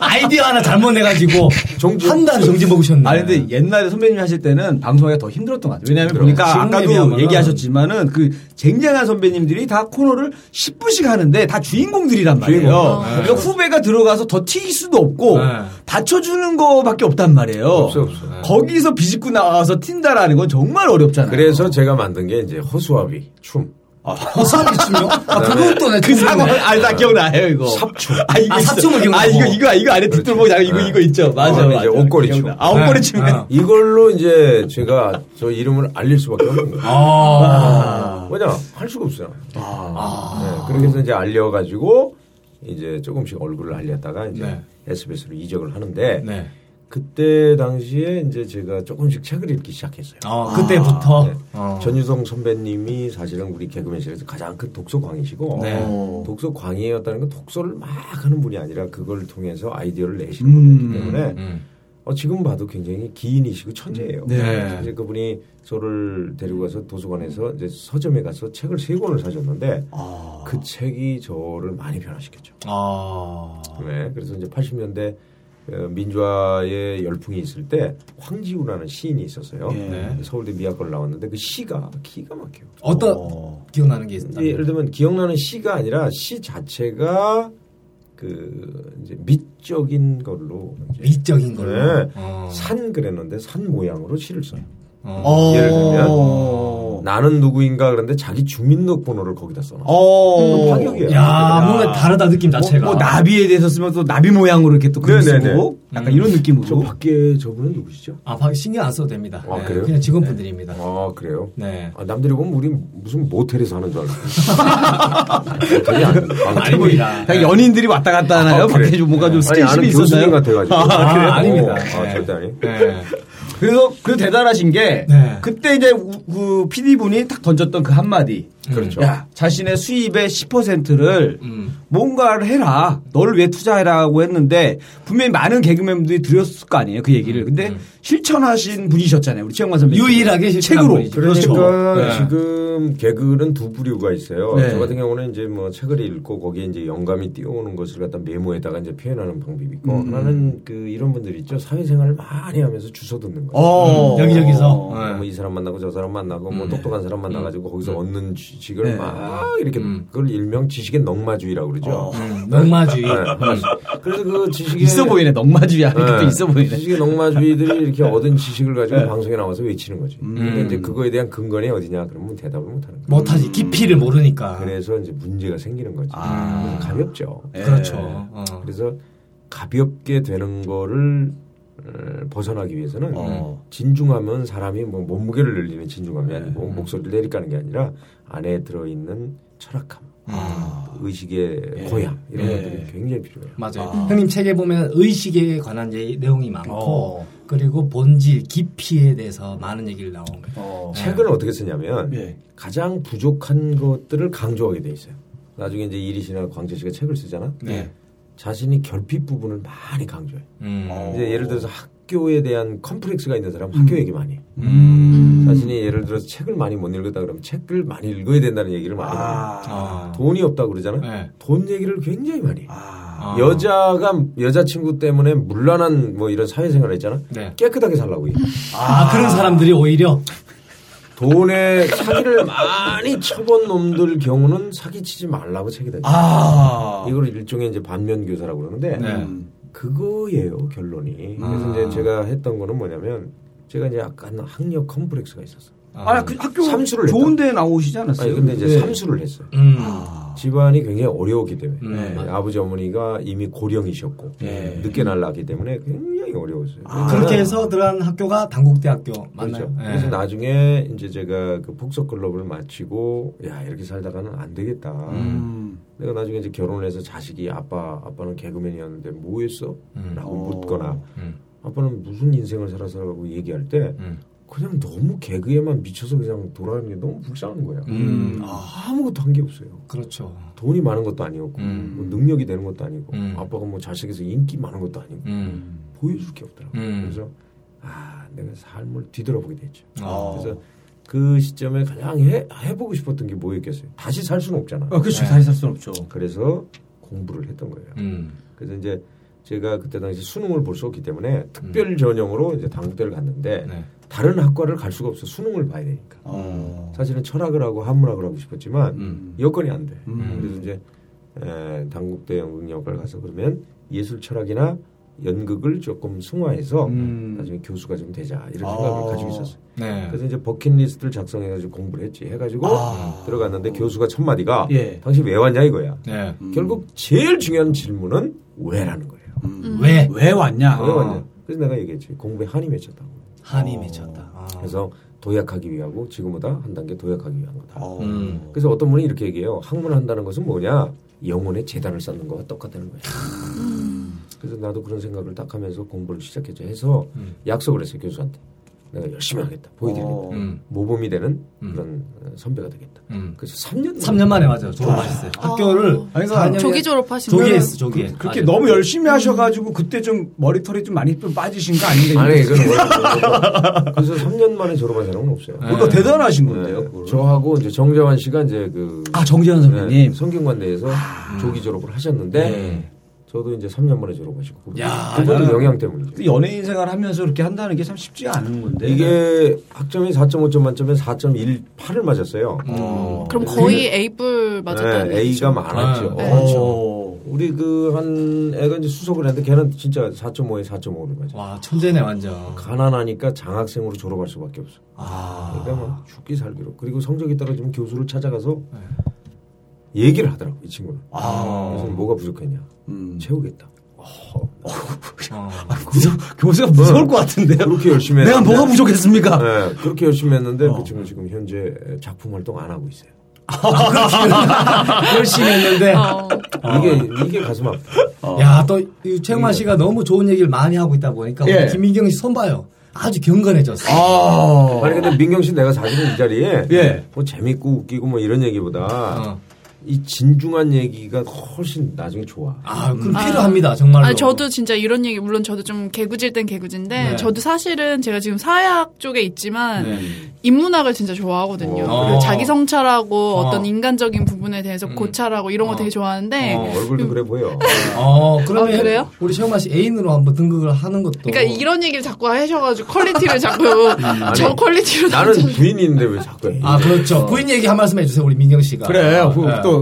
[SPEAKER 2] 아이디어 하나 잘못 내가지고
[SPEAKER 5] 정지-
[SPEAKER 2] 한 달 정지 먹으셨네.
[SPEAKER 4] 아니 근데 옛날에 선배님이 하실 때는 방송하기가 더 힘들었던 것 같아요. 왜냐하면 보니까
[SPEAKER 2] 지금
[SPEAKER 4] 아까도
[SPEAKER 2] 얘기하면은-
[SPEAKER 4] 얘기하셨지만은 그 쟁쟁한 선배님들이 다 코너를 10분씩 하는데 다 주인공들이란 말이에요.
[SPEAKER 5] 주인공.
[SPEAKER 4] 그러니까 후배가 들어가서 더 튀길 수도 없고
[SPEAKER 2] 네.
[SPEAKER 4] 받쳐주는 거밖에 없단 말이에요. 네.
[SPEAKER 5] 없어요, 없어요.
[SPEAKER 4] 거기서 비집고 나와서 튄다라는 건 정말 어렵잖아요.
[SPEAKER 5] 그래서 제가 만든 게 이제 허수아비 춤.
[SPEAKER 2] 허수아비 춤이요? 아, 그것도 내
[SPEAKER 4] 그 사고 아니 나 기억나요 이거
[SPEAKER 5] 삽춤.
[SPEAKER 4] 아 이거
[SPEAKER 2] 아,
[SPEAKER 4] 있어.
[SPEAKER 2] 삽춤을
[SPEAKER 4] 아
[SPEAKER 2] 기억나고.
[SPEAKER 4] 이거 이거 이거 안에 뒤돌보고 나 이거
[SPEAKER 5] 네.
[SPEAKER 4] 이거 있죠 맞아
[SPEAKER 5] 그다음에
[SPEAKER 4] 맞아
[SPEAKER 5] 이제 옷걸이
[SPEAKER 4] 기억나.
[SPEAKER 5] 춤.
[SPEAKER 4] 아
[SPEAKER 2] 네.
[SPEAKER 4] 옷걸이 춤
[SPEAKER 2] 아.
[SPEAKER 5] 이걸로 이제 제가 저 이름을 알릴 수밖에 없는 거예요.
[SPEAKER 2] 아.
[SPEAKER 5] 왜냐 할 수가 없어요. 네, 그렇게 해서 이제 알려가지고 이제 조금씩 얼굴을 알렸다가 이제
[SPEAKER 2] 네.
[SPEAKER 5] SBS로 이적을 하는데
[SPEAKER 2] 네.
[SPEAKER 5] 그때 당시에 이제 제가 조금씩 책을 읽기 시작했어요.
[SPEAKER 2] 어, 그때부터
[SPEAKER 5] 네.
[SPEAKER 2] 어.
[SPEAKER 5] 전유성 선배님이 사실은 우리 개그맨실에서 가장 큰 독서광이시고
[SPEAKER 2] 네.
[SPEAKER 5] 독서광이었다는 건 독서를 막 하는 분이 아니라 그걸 통해서 아이디어를 내시는
[SPEAKER 2] 음.
[SPEAKER 5] 분이기 때문에 어, 지금 봐도 굉장히 기인이시고 천재예요.
[SPEAKER 2] 네.
[SPEAKER 5] 사실 그분이 저를 데리고 가서 도서관에서 이제 서점에 가서 책을 세 권을 사셨는데 그 책이 저를 많이 변화시켰죠.
[SPEAKER 2] 아.
[SPEAKER 5] 네. 그래서 이제 80년대 어, 민주화의 열풍이 있을 때 황지우라는 시인이 있었어요. 그
[SPEAKER 2] 네.
[SPEAKER 5] 서울대 미학과를 나왔는데 그 시가 기가 막혀요.
[SPEAKER 2] 어떤 기억나는 게 있나요?
[SPEAKER 5] 이제 예를 들면 기억나는 시가 아니라 시 자체가 그 이제 미적인 걸로 이제
[SPEAKER 2] 미적인 걸로.
[SPEAKER 5] 네.
[SPEAKER 2] 어.
[SPEAKER 5] 산 그랬는데 산 모양으로 시를 써요.
[SPEAKER 2] 어.
[SPEAKER 4] 어.
[SPEAKER 5] 예를 들면 나는 누구인가 그런데 자기 주민등록번호를 거기다 써놔.
[SPEAKER 4] 어.
[SPEAKER 5] 파격이야.
[SPEAKER 2] 야, 뭔가 다르다 느낌 자체가.
[SPEAKER 4] 뭐 나비에 대해서 쓰면 또 나비 모양으로 이렇게 또 글을
[SPEAKER 5] 네네네.
[SPEAKER 4] 쓰고 약간 이런 느낌으로.
[SPEAKER 5] 저 밖에 저분은 누구시죠?
[SPEAKER 2] 아, 방- 신경 안 써도 됩니다.
[SPEAKER 5] 아,
[SPEAKER 2] 네,
[SPEAKER 5] 그래요?
[SPEAKER 2] 그냥 직원분들입니다.
[SPEAKER 5] 아 그래요?
[SPEAKER 2] 네.
[SPEAKER 5] 아, 남들이 보면 우리 무슨 모텔에서 하는 줄 알고. 되게 안, 안
[SPEAKER 2] 아닙니다.
[SPEAKER 4] 그냥 연인들이 왔다 갔다 하나요?
[SPEAKER 5] 아, 그래.
[SPEAKER 4] 밖에 좀 뭔가 좀
[SPEAKER 5] 아니,
[SPEAKER 4] 스킨십이
[SPEAKER 5] 아는 교수님
[SPEAKER 4] 있었나요?
[SPEAKER 5] 같아가지고.
[SPEAKER 4] 아, 그래요?
[SPEAKER 2] 아, 닙니다
[SPEAKER 5] 아, 절대 아니.
[SPEAKER 2] 네.
[SPEAKER 4] 그래서 그 대단하신 게
[SPEAKER 2] 네.
[SPEAKER 4] 그때 이제 우- 그 PD 분이 딱 던졌던 그 한마디.
[SPEAKER 5] 그렇죠.
[SPEAKER 4] 야 자신의 수입의 10%를
[SPEAKER 2] 음.
[SPEAKER 4] 뭔가를 해라. 너를 왜 투자해라고 했는데 분명히 많은 개그맨들이 들었을 거 아니에요 그
[SPEAKER 5] 음.
[SPEAKER 4] 얘기를. 근데 실천하신 분이셨잖아요 우리 최영만 선배.
[SPEAKER 2] 유일하게 실천한
[SPEAKER 4] 책으로.
[SPEAKER 2] 분이죠.
[SPEAKER 4] 그렇죠.
[SPEAKER 5] 그러니까
[SPEAKER 2] 네.
[SPEAKER 5] 지금 개그는 두 부류가 있어요.
[SPEAKER 4] 네.
[SPEAKER 5] 저 같은 경우는 이제 뭐 책을 읽고 거기에 이제 영감이 뛰어오는 것을 갖다 메모에다가 이제 표현하는 방법이 있고
[SPEAKER 4] 음.
[SPEAKER 5] 하나는 그 이런 분들 있죠. 사회생활을 많이 하면서 주워 듣는 거예요.
[SPEAKER 4] 어.
[SPEAKER 2] 음, 여기저기서.
[SPEAKER 4] 어.
[SPEAKER 5] 뭐이 사람 만나고 저 사람 만나고
[SPEAKER 4] 음.
[SPEAKER 5] 뭐 똑똑한 사람 만나가지고 거기서 얻는 지식을
[SPEAKER 4] 네.
[SPEAKER 5] 막 이렇게
[SPEAKER 4] 음.
[SPEAKER 5] 그걸 일명 지식의 넉마주의라고 그러죠.
[SPEAKER 2] 음, 넉마주의.
[SPEAKER 5] 그래서 그 지식의
[SPEAKER 4] 어. 있어 보이네. 넉마주야. 하는 것도
[SPEAKER 5] 네.
[SPEAKER 4] 있어 보이네. 네.
[SPEAKER 5] 지식의 넉마주의들이 이렇게 얻은 지식을 가지고 방송에 나와서 외치는 거지.
[SPEAKER 4] 음.
[SPEAKER 5] 근데 이제 그거에 대한 근거는 어디냐 그러면 대답을 못 하는 거야.
[SPEAKER 2] 못하지. 깊이를 모르니까.
[SPEAKER 4] 아.
[SPEAKER 5] 그래서 이제 문제가 생기는 거지. 그래서 가볍죠.
[SPEAKER 4] 네.
[SPEAKER 2] 그렇죠.
[SPEAKER 5] 예.
[SPEAKER 2] 어.
[SPEAKER 5] 그래서 가볍게 되는 거를 어, 벗어나기 위해서는
[SPEAKER 4] 어. 네.
[SPEAKER 5] 진중함은 사람이 뭐 몸무게를 늘리는 진중함이 아니고
[SPEAKER 4] 음.
[SPEAKER 5] 목소리를 내리까는 게 아니라 안에 들어있는 철학함,
[SPEAKER 2] 아.
[SPEAKER 4] 아.
[SPEAKER 5] 의식의 고향 이런
[SPEAKER 4] 예.
[SPEAKER 5] 것들이 굉장히 필요해요.
[SPEAKER 2] 맞아요. 형님 책에 보면 의식에 관한 예- 내용이 많고
[SPEAKER 5] 어.
[SPEAKER 2] 그리고 본질 깊이에 대해서 많은 얘기를 나오는 거예요.
[SPEAKER 5] 책을 어떻게 쓰냐면
[SPEAKER 4] 예.
[SPEAKER 5] 가장 부족한 것들을 강조하게 돼 있어요. 나중에 이제 이리시나 광재 씨가 책을 쓰잖아.
[SPEAKER 2] 네.
[SPEAKER 5] 자신이 결핍 부분을 많이 강조해.
[SPEAKER 2] 음.
[SPEAKER 5] 이제 예를 들어서 학교에 대한 컴플렉스가 있는 사람 은
[SPEAKER 2] 음.
[SPEAKER 5] 학교 얘기 많이. 해.
[SPEAKER 4] 음.
[SPEAKER 5] 자신이 예를 들어서 책을 많이 못 읽었다 그러면 책을 많이 읽어야 된다는 얘기를 많이. 해요.
[SPEAKER 2] 아.
[SPEAKER 5] 돈이 없다 그러잖아.
[SPEAKER 2] 네.
[SPEAKER 5] 돈 얘기를 굉장히 많이. 해.
[SPEAKER 2] 아.
[SPEAKER 5] 여자가 여자친구 때문에 물란한 뭐 이런 사회생활을 했잖아.
[SPEAKER 2] 네.
[SPEAKER 5] 깨끗하게 살라고. 얘기해.
[SPEAKER 2] 아, 그런 사람들이 오히려
[SPEAKER 5] 돈에 사기를 많이 쳐본 놈들 경우는 사기치지 말라고 책이 다
[SPEAKER 4] 아. 음.
[SPEAKER 5] 이걸 일종의 이제 반면 교사라고 그러는데
[SPEAKER 2] 네. 아.
[SPEAKER 5] 그거예요 결론이. 그래서 이제 제가 했던 거는 뭐냐면 제가 이제 약간 학력 컴플렉스가 있었어.
[SPEAKER 4] 아, 그 학교
[SPEAKER 5] 삼수를
[SPEAKER 4] 좋은
[SPEAKER 5] 했다.
[SPEAKER 4] 데 나오시지 않았어요?
[SPEAKER 5] 아니 근데 이제
[SPEAKER 4] 네.
[SPEAKER 5] 삼수를 했어요.
[SPEAKER 2] 음.
[SPEAKER 5] 아. 집안이 굉장히 어려웠기 때문에 예,
[SPEAKER 2] 네. 예.
[SPEAKER 5] 아버지 어머니가 이미 고령이셨고
[SPEAKER 4] 네.
[SPEAKER 5] 늦게 날랐기 때문에 굉장히 어려웠어요.
[SPEAKER 2] 그렇게 해서 들어간 학교가 단국대학교 아, 맞나요? 예. 네.
[SPEAKER 5] 그렇죠. 그래서 나중에 이제 제가 그 폭석 클럽을 마치고 야 이렇게 살다가는 안 되겠다.
[SPEAKER 2] 음.
[SPEAKER 4] 음.
[SPEAKER 5] 내가 나중에 이제 결혼해서 자식이 아빠 아빠는 개그맨이었는데 뭐했어?
[SPEAKER 2] 음.
[SPEAKER 5] 라고 묻거나 아빠는 무슨 인생을 살아서라고 얘기할 때 그냥 너무 개그에만 미쳐서 그냥 돌아가는 게 너무 불쌍한 거야.
[SPEAKER 2] 음.
[SPEAKER 5] 아무것도 한 게 없어요.
[SPEAKER 2] 그렇죠.
[SPEAKER 5] 돈이 많은 것도 아니었고
[SPEAKER 2] 음.
[SPEAKER 5] 뭐 능력이 되는 것도 아니고
[SPEAKER 2] 음.
[SPEAKER 5] 아빠가 뭐 자식에서 인기 많은 것도 아니고
[SPEAKER 2] 음.
[SPEAKER 5] 보여줄 게 없더라고요.
[SPEAKER 2] 음.
[SPEAKER 5] 그래서 아 내가 삶을 뒤돌아보게 됐죠.
[SPEAKER 2] 어.
[SPEAKER 5] 그래서 그 시점에 가장 해, 해보고 싶었던 게 뭐였겠어요? 다시 살 수는 없잖아.
[SPEAKER 4] 아, 그렇죠. 다시 살 수는 없죠.
[SPEAKER 5] 그래서 공부를 했던 거예요.
[SPEAKER 2] 음.
[SPEAKER 5] 그래서 이제 제가 그때 당시 수능을 볼 수 없기 때문에
[SPEAKER 2] 음.
[SPEAKER 5] 특별 전형으로 이제 당국대를 갔는데
[SPEAKER 2] 네.
[SPEAKER 5] 다른 학과를 갈 수가 없어 수능을 봐야 되니까.
[SPEAKER 4] 어.
[SPEAKER 5] 사실은 철학을 하고 한문학을 하고 싶었지만
[SPEAKER 4] 음.
[SPEAKER 5] 여건이 안 돼. 그래서 이제 에, 당국대 연극영화과를 가서 그러면 예술 철학이나 연극을 조금 승화해서
[SPEAKER 4] 음.
[SPEAKER 5] 나중에 교수가 좀 되자 이런
[SPEAKER 4] 아.
[SPEAKER 5] 생각을 가지고 있었어요.
[SPEAKER 2] 네.
[SPEAKER 5] 그래서 이제 버킷리스트를 작성해가지고 공부를 했지 해가지고
[SPEAKER 4] 예. 아.
[SPEAKER 5] 들어갔는데 교수가 첫 마디가
[SPEAKER 4] 예. 음.
[SPEAKER 5] 당신 왜 왔냐 이거야.
[SPEAKER 2] 네.
[SPEAKER 5] 결국 제일 중요한 질문은 왜라는 거예요.
[SPEAKER 2] 왜
[SPEAKER 4] 네. 왜 왔냐?
[SPEAKER 5] 왜 왔냐? 그래서 내가 얘기했지 공부에 한이 맺혔다고.
[SPEAKER 2] 한이 맺혔다. 아.
[SPEAKER 5] 그래서 도약하기 위하고 지금보다 한 단계 도약하기 위한 거다.
[SPEAKER 4] 어.
[SPEAKER 2] 음.
[SPEAKER 5] 그래서 어떤 분이 이렇게 얘기해요. 학문한다는 것은 뭐냐? 영혼의 재단을 쌓는 거와 똑같다는 거야.
[SPEAKER 2] 아.
[SPEAKER 5] 그래서 나도 그런 생각을 딱 하면서 공부를 시작했죠. 해서
[SPEAKER 2] 음.
[SPEAKER 5] 약속을 했어요 교수한테. 내가 열심히 하겠다. 보여드리겠다.
[SPEAKER 4] 어.
[SPEAKER 2] 음.
[SPEAKER 5] 모범이 되는 그런 어, 선배가 되겠다.
[SPEAKER 2] 음.
[SPEAKER 5] 그래서 3년
[SPEAKER 2] 3년 만에 맞아요. 졸업하셨어요. 학교를 그러니까
[SPEAKER 4] 아니, 그래서
[SPEAKER 2] 4년
[SPEAKER 3] 조기 졸업하시면
[SPEAKER 2] 조기에 했어, 조기에. 아, 네.
[SPEAKER 4] 그렇게 너무 열심히 하셔가지고 그때 좀 머리털이 좀 많이 좀 빠지신 거 아닌가?
[SPEAKER 5] 아니 그건 뭐였냐면 그래서 3년 만에 졸업한 사람은 없어요.
[SPEAKER 2] 네.
[SPEAKER 4] 그거 대단하신 건데요.
[SPEAKER 5] 네,
[SPEAKER 4] 그걸.
[SPEAKER 5] 저하고 이제 정재환 씨가 이제 그
[SPEAKER 4] 아 정재현
[SPEAKER 5] 네,
[SPEAKER 4] 선배님.
[SPEAKER 5] 성균관대에서 조기 졸업을 하셨는데 저도 이제 3년 만에 졸업하시고
[SPEAKER 4] 야,
[SPEAKER 5] 그분도
[SPEAKER 4] 나는-
[SPEAKER 5] 영향 때문이죠.
[SPEAKER 4] 그 연예인 생활 하면서 그렇게 한다는 게 참 쉽지 않은 건데.
[SPEAKER 5] 이게 학점이 4.5점 만점에 4.18을 맞았어요.
[SPEAKER 3] 그럼 거의 에이블 음. 맞았다는
[SPEAKER 5] 네, A가 많았죠.
[SPEAKER 4] 어.
[SPEAKER 5] 우리 그 한 애가 이제 수석을 했는데 걔는 진짜 4.5에 4.5로 맞아.
[SPEAKER 2] 와 천재네 완전.
[SPEAKER 5] 가난하니까 장학생으로 졸업할 수밖에 없어.
[SPEAKER 2] 아.
[SPEAKER 5] 그러니까 막 죽기 살기로. 그리고 성적이 떨어지면 교수를 찾아가서 얘기를 하더라고 이 친구는. 그래서 뭐가 부족했냐. 채우겠다.
[SPEAKER 4] 아, 교수가 무서울 것 같은데요.
[SPEAKER 5] 그렇게 열심히
[SPEAKER 4] 내가
[SPEAKER 5] 했는데.
[SPEAKER 4] 뭐가 부족했습니까?
[SPEAKER 5] 네, 그렇게 열심히 했는데 그 친구 는 지금 현재 작품 활동 안 하고 있어요.
[SPEAKER 4] 아,
[SPEAKER 2] 열심히 했는데.
[SPEAKER 3] 어.
[SPEAKER 5] 이게 이게 가슴 아파.
[SPEAKER 4] 어.
[SPEAKER 2] 야, 또, 이 최영만 씨가 너무 좋은 얘기를 많이 하고 있다 보니까,
[SPEAKER 4] 그러니까. 예.
[SPEAKER 2] 우리 김민경 씨 손봐요. 아주 경건해졌어.
[SPEAKER 4] 아.
[SPEAKER 5] 아니 근데 민경 씨 내가 사실은 이 자리에
[SPEAKER 4] 예.
[SPEAKER 5] 뭐 재밌고 웃기고 뭐 이런
[SPEAKER 4] 아.
[SPEAKER 5] 얘기보다
[SPEAKER 2] 어.
[SPEAKER 5] 이 진중한 얘기가 훨씬 나중에 좋아.
[SPEAKER 2] 아, 그럼 필요합니다, 정말로.
[SPEAKER 3] 아 저도 진짜 이런 얘기 물론 저도 좀 개구질 땐 개구진데
[SPEAKER 2] 네.
[SPEAKER 3] 저도 사실은 제가 지금 사회학 쪽에 있지만
[SPEAKER 4] 네.
[SPEAKER 3] 인문학을 진짜 좋아하거든요.
[SPEAKER 2] 어.
[SPEAKER 3] 그리고 자기 성찰하고
[SPEAKER 2] 어. 음.
[SPEAKER 3] 어. 떤 인간적인 부분에 대해서 고찰하고 이런 거 되게 좋아하는데
[SPEAKER 5] 어, 얼굴도 그래 보여.
[SPEAKER 2] 어, 그러면
[SPEAKER 3] 아, 그래요?
[SPEAKER 2] 우리 최영만 씨 애인으로 한번 등극을 하는 것도.
[SPEAKER 3] 그러니까 이런 얘기를 자꾸 하셔가지고 퀄리티를 자꾸
[SPEAKER 2] 음.
[SPEAKER 3] 저 퀄리티로
[SPEAKER 5] 나는
[SPEAKER 3] 낮춰-
[SPEAKER 5] 부인인데 왜 자꾸 해?
[SPEAKER 2] 아, 그렇죠. 부인 얘기 한 말씀 해주세요, 우리 민경 씨가.
[SPEAKER 4] 어. 그래.
[SPEAKER 2] 아,
[SPEAKER 4] 그,
[SPEAKER 2] 네.
[SPEAKER 4] 또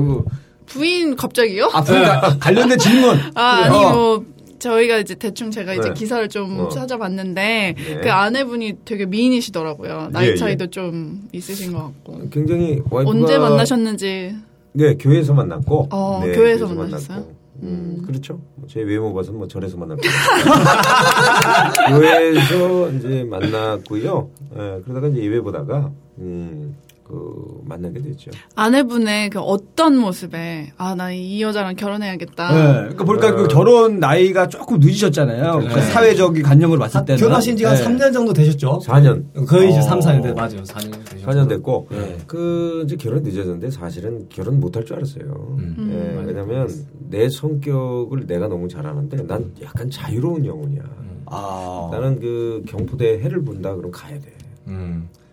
[SPEAKER 3] 부인 갑자기요?
[SPEAKER 4] 아, 그러니까 관련된 질문.
[SPEAKER 3] 아, 아니 뭐 저희가 이제 대충 제가 이제
[SPEAKER 5] 어. 네.
[SPEAKER 3] 기사를 좀
[SPEAKER 5] 어. 네.
[SPEAKER 3] 찾아봤는데 그 아내분이 되게 미인이시더라고요. 나이
[SPEAKER 5] 예,
[SPEAKER 3] 차이도 좀 있으신 것 같고.
[SPEAKER 5] 굉장히 와이프가
[SPEAKER 3] 언제 만나셨는지
[SPEAKER 5] 네 교회에서 만났고.
[SPEAKER 3] 어,
[SPEAKER 5] 네,
[SPEAKER 3] 교회에서 만났어요?
[SPEAKER 5] 만났고. 음, 그렇죠. 제 외모 봐서 뭐 절에서 만났고. 교회에서 이제 만났고요. 예, 그러다가 이제 예배 보다가 음, 그 만나게 됐죠.
[SPEAKER 3] 아내분의 그 어떤 모습에 아 나 이 여자랑 결혼해야겠다.
[SPEAKER 4] 예,
[SPEAKER 5] 네, 그렇죠.
[SPEAKER 4] 그러니까 보니까 그 결혼 나이가 조금 늦으셨잖아요. 그 사회적인 관념으로 봤을 때는.
[SPEAKER 2] 결혼하신 지가
[SPEAKER 4] 예.
[SPEAKER 2] 한 3년 정도 되셨죠?
[SPEAKER 5] 4년.
[SPEAKER 2] 거의 이제
[SPEAKER 4] 어.
[SPEAKER 2] 3, 4년 돼, 맞아요. 4년 되셨죠.
[SPEAKER 5] 4년 됐고 그 이제 결혼 늦어졌는데 사실은 결혼 못 할 줄 알았어요.
[SPEAKER 3] 음.
[SPEAKER 5] 예, 왜냐면 내 성격을 내가 너무 잘 아는데 난 약간 자유로운 영혼이야.
[SPEAKER 4] 아.
[SPEAKER 5] 나는 그 경포대 해를 본다 그럼 가야 돼.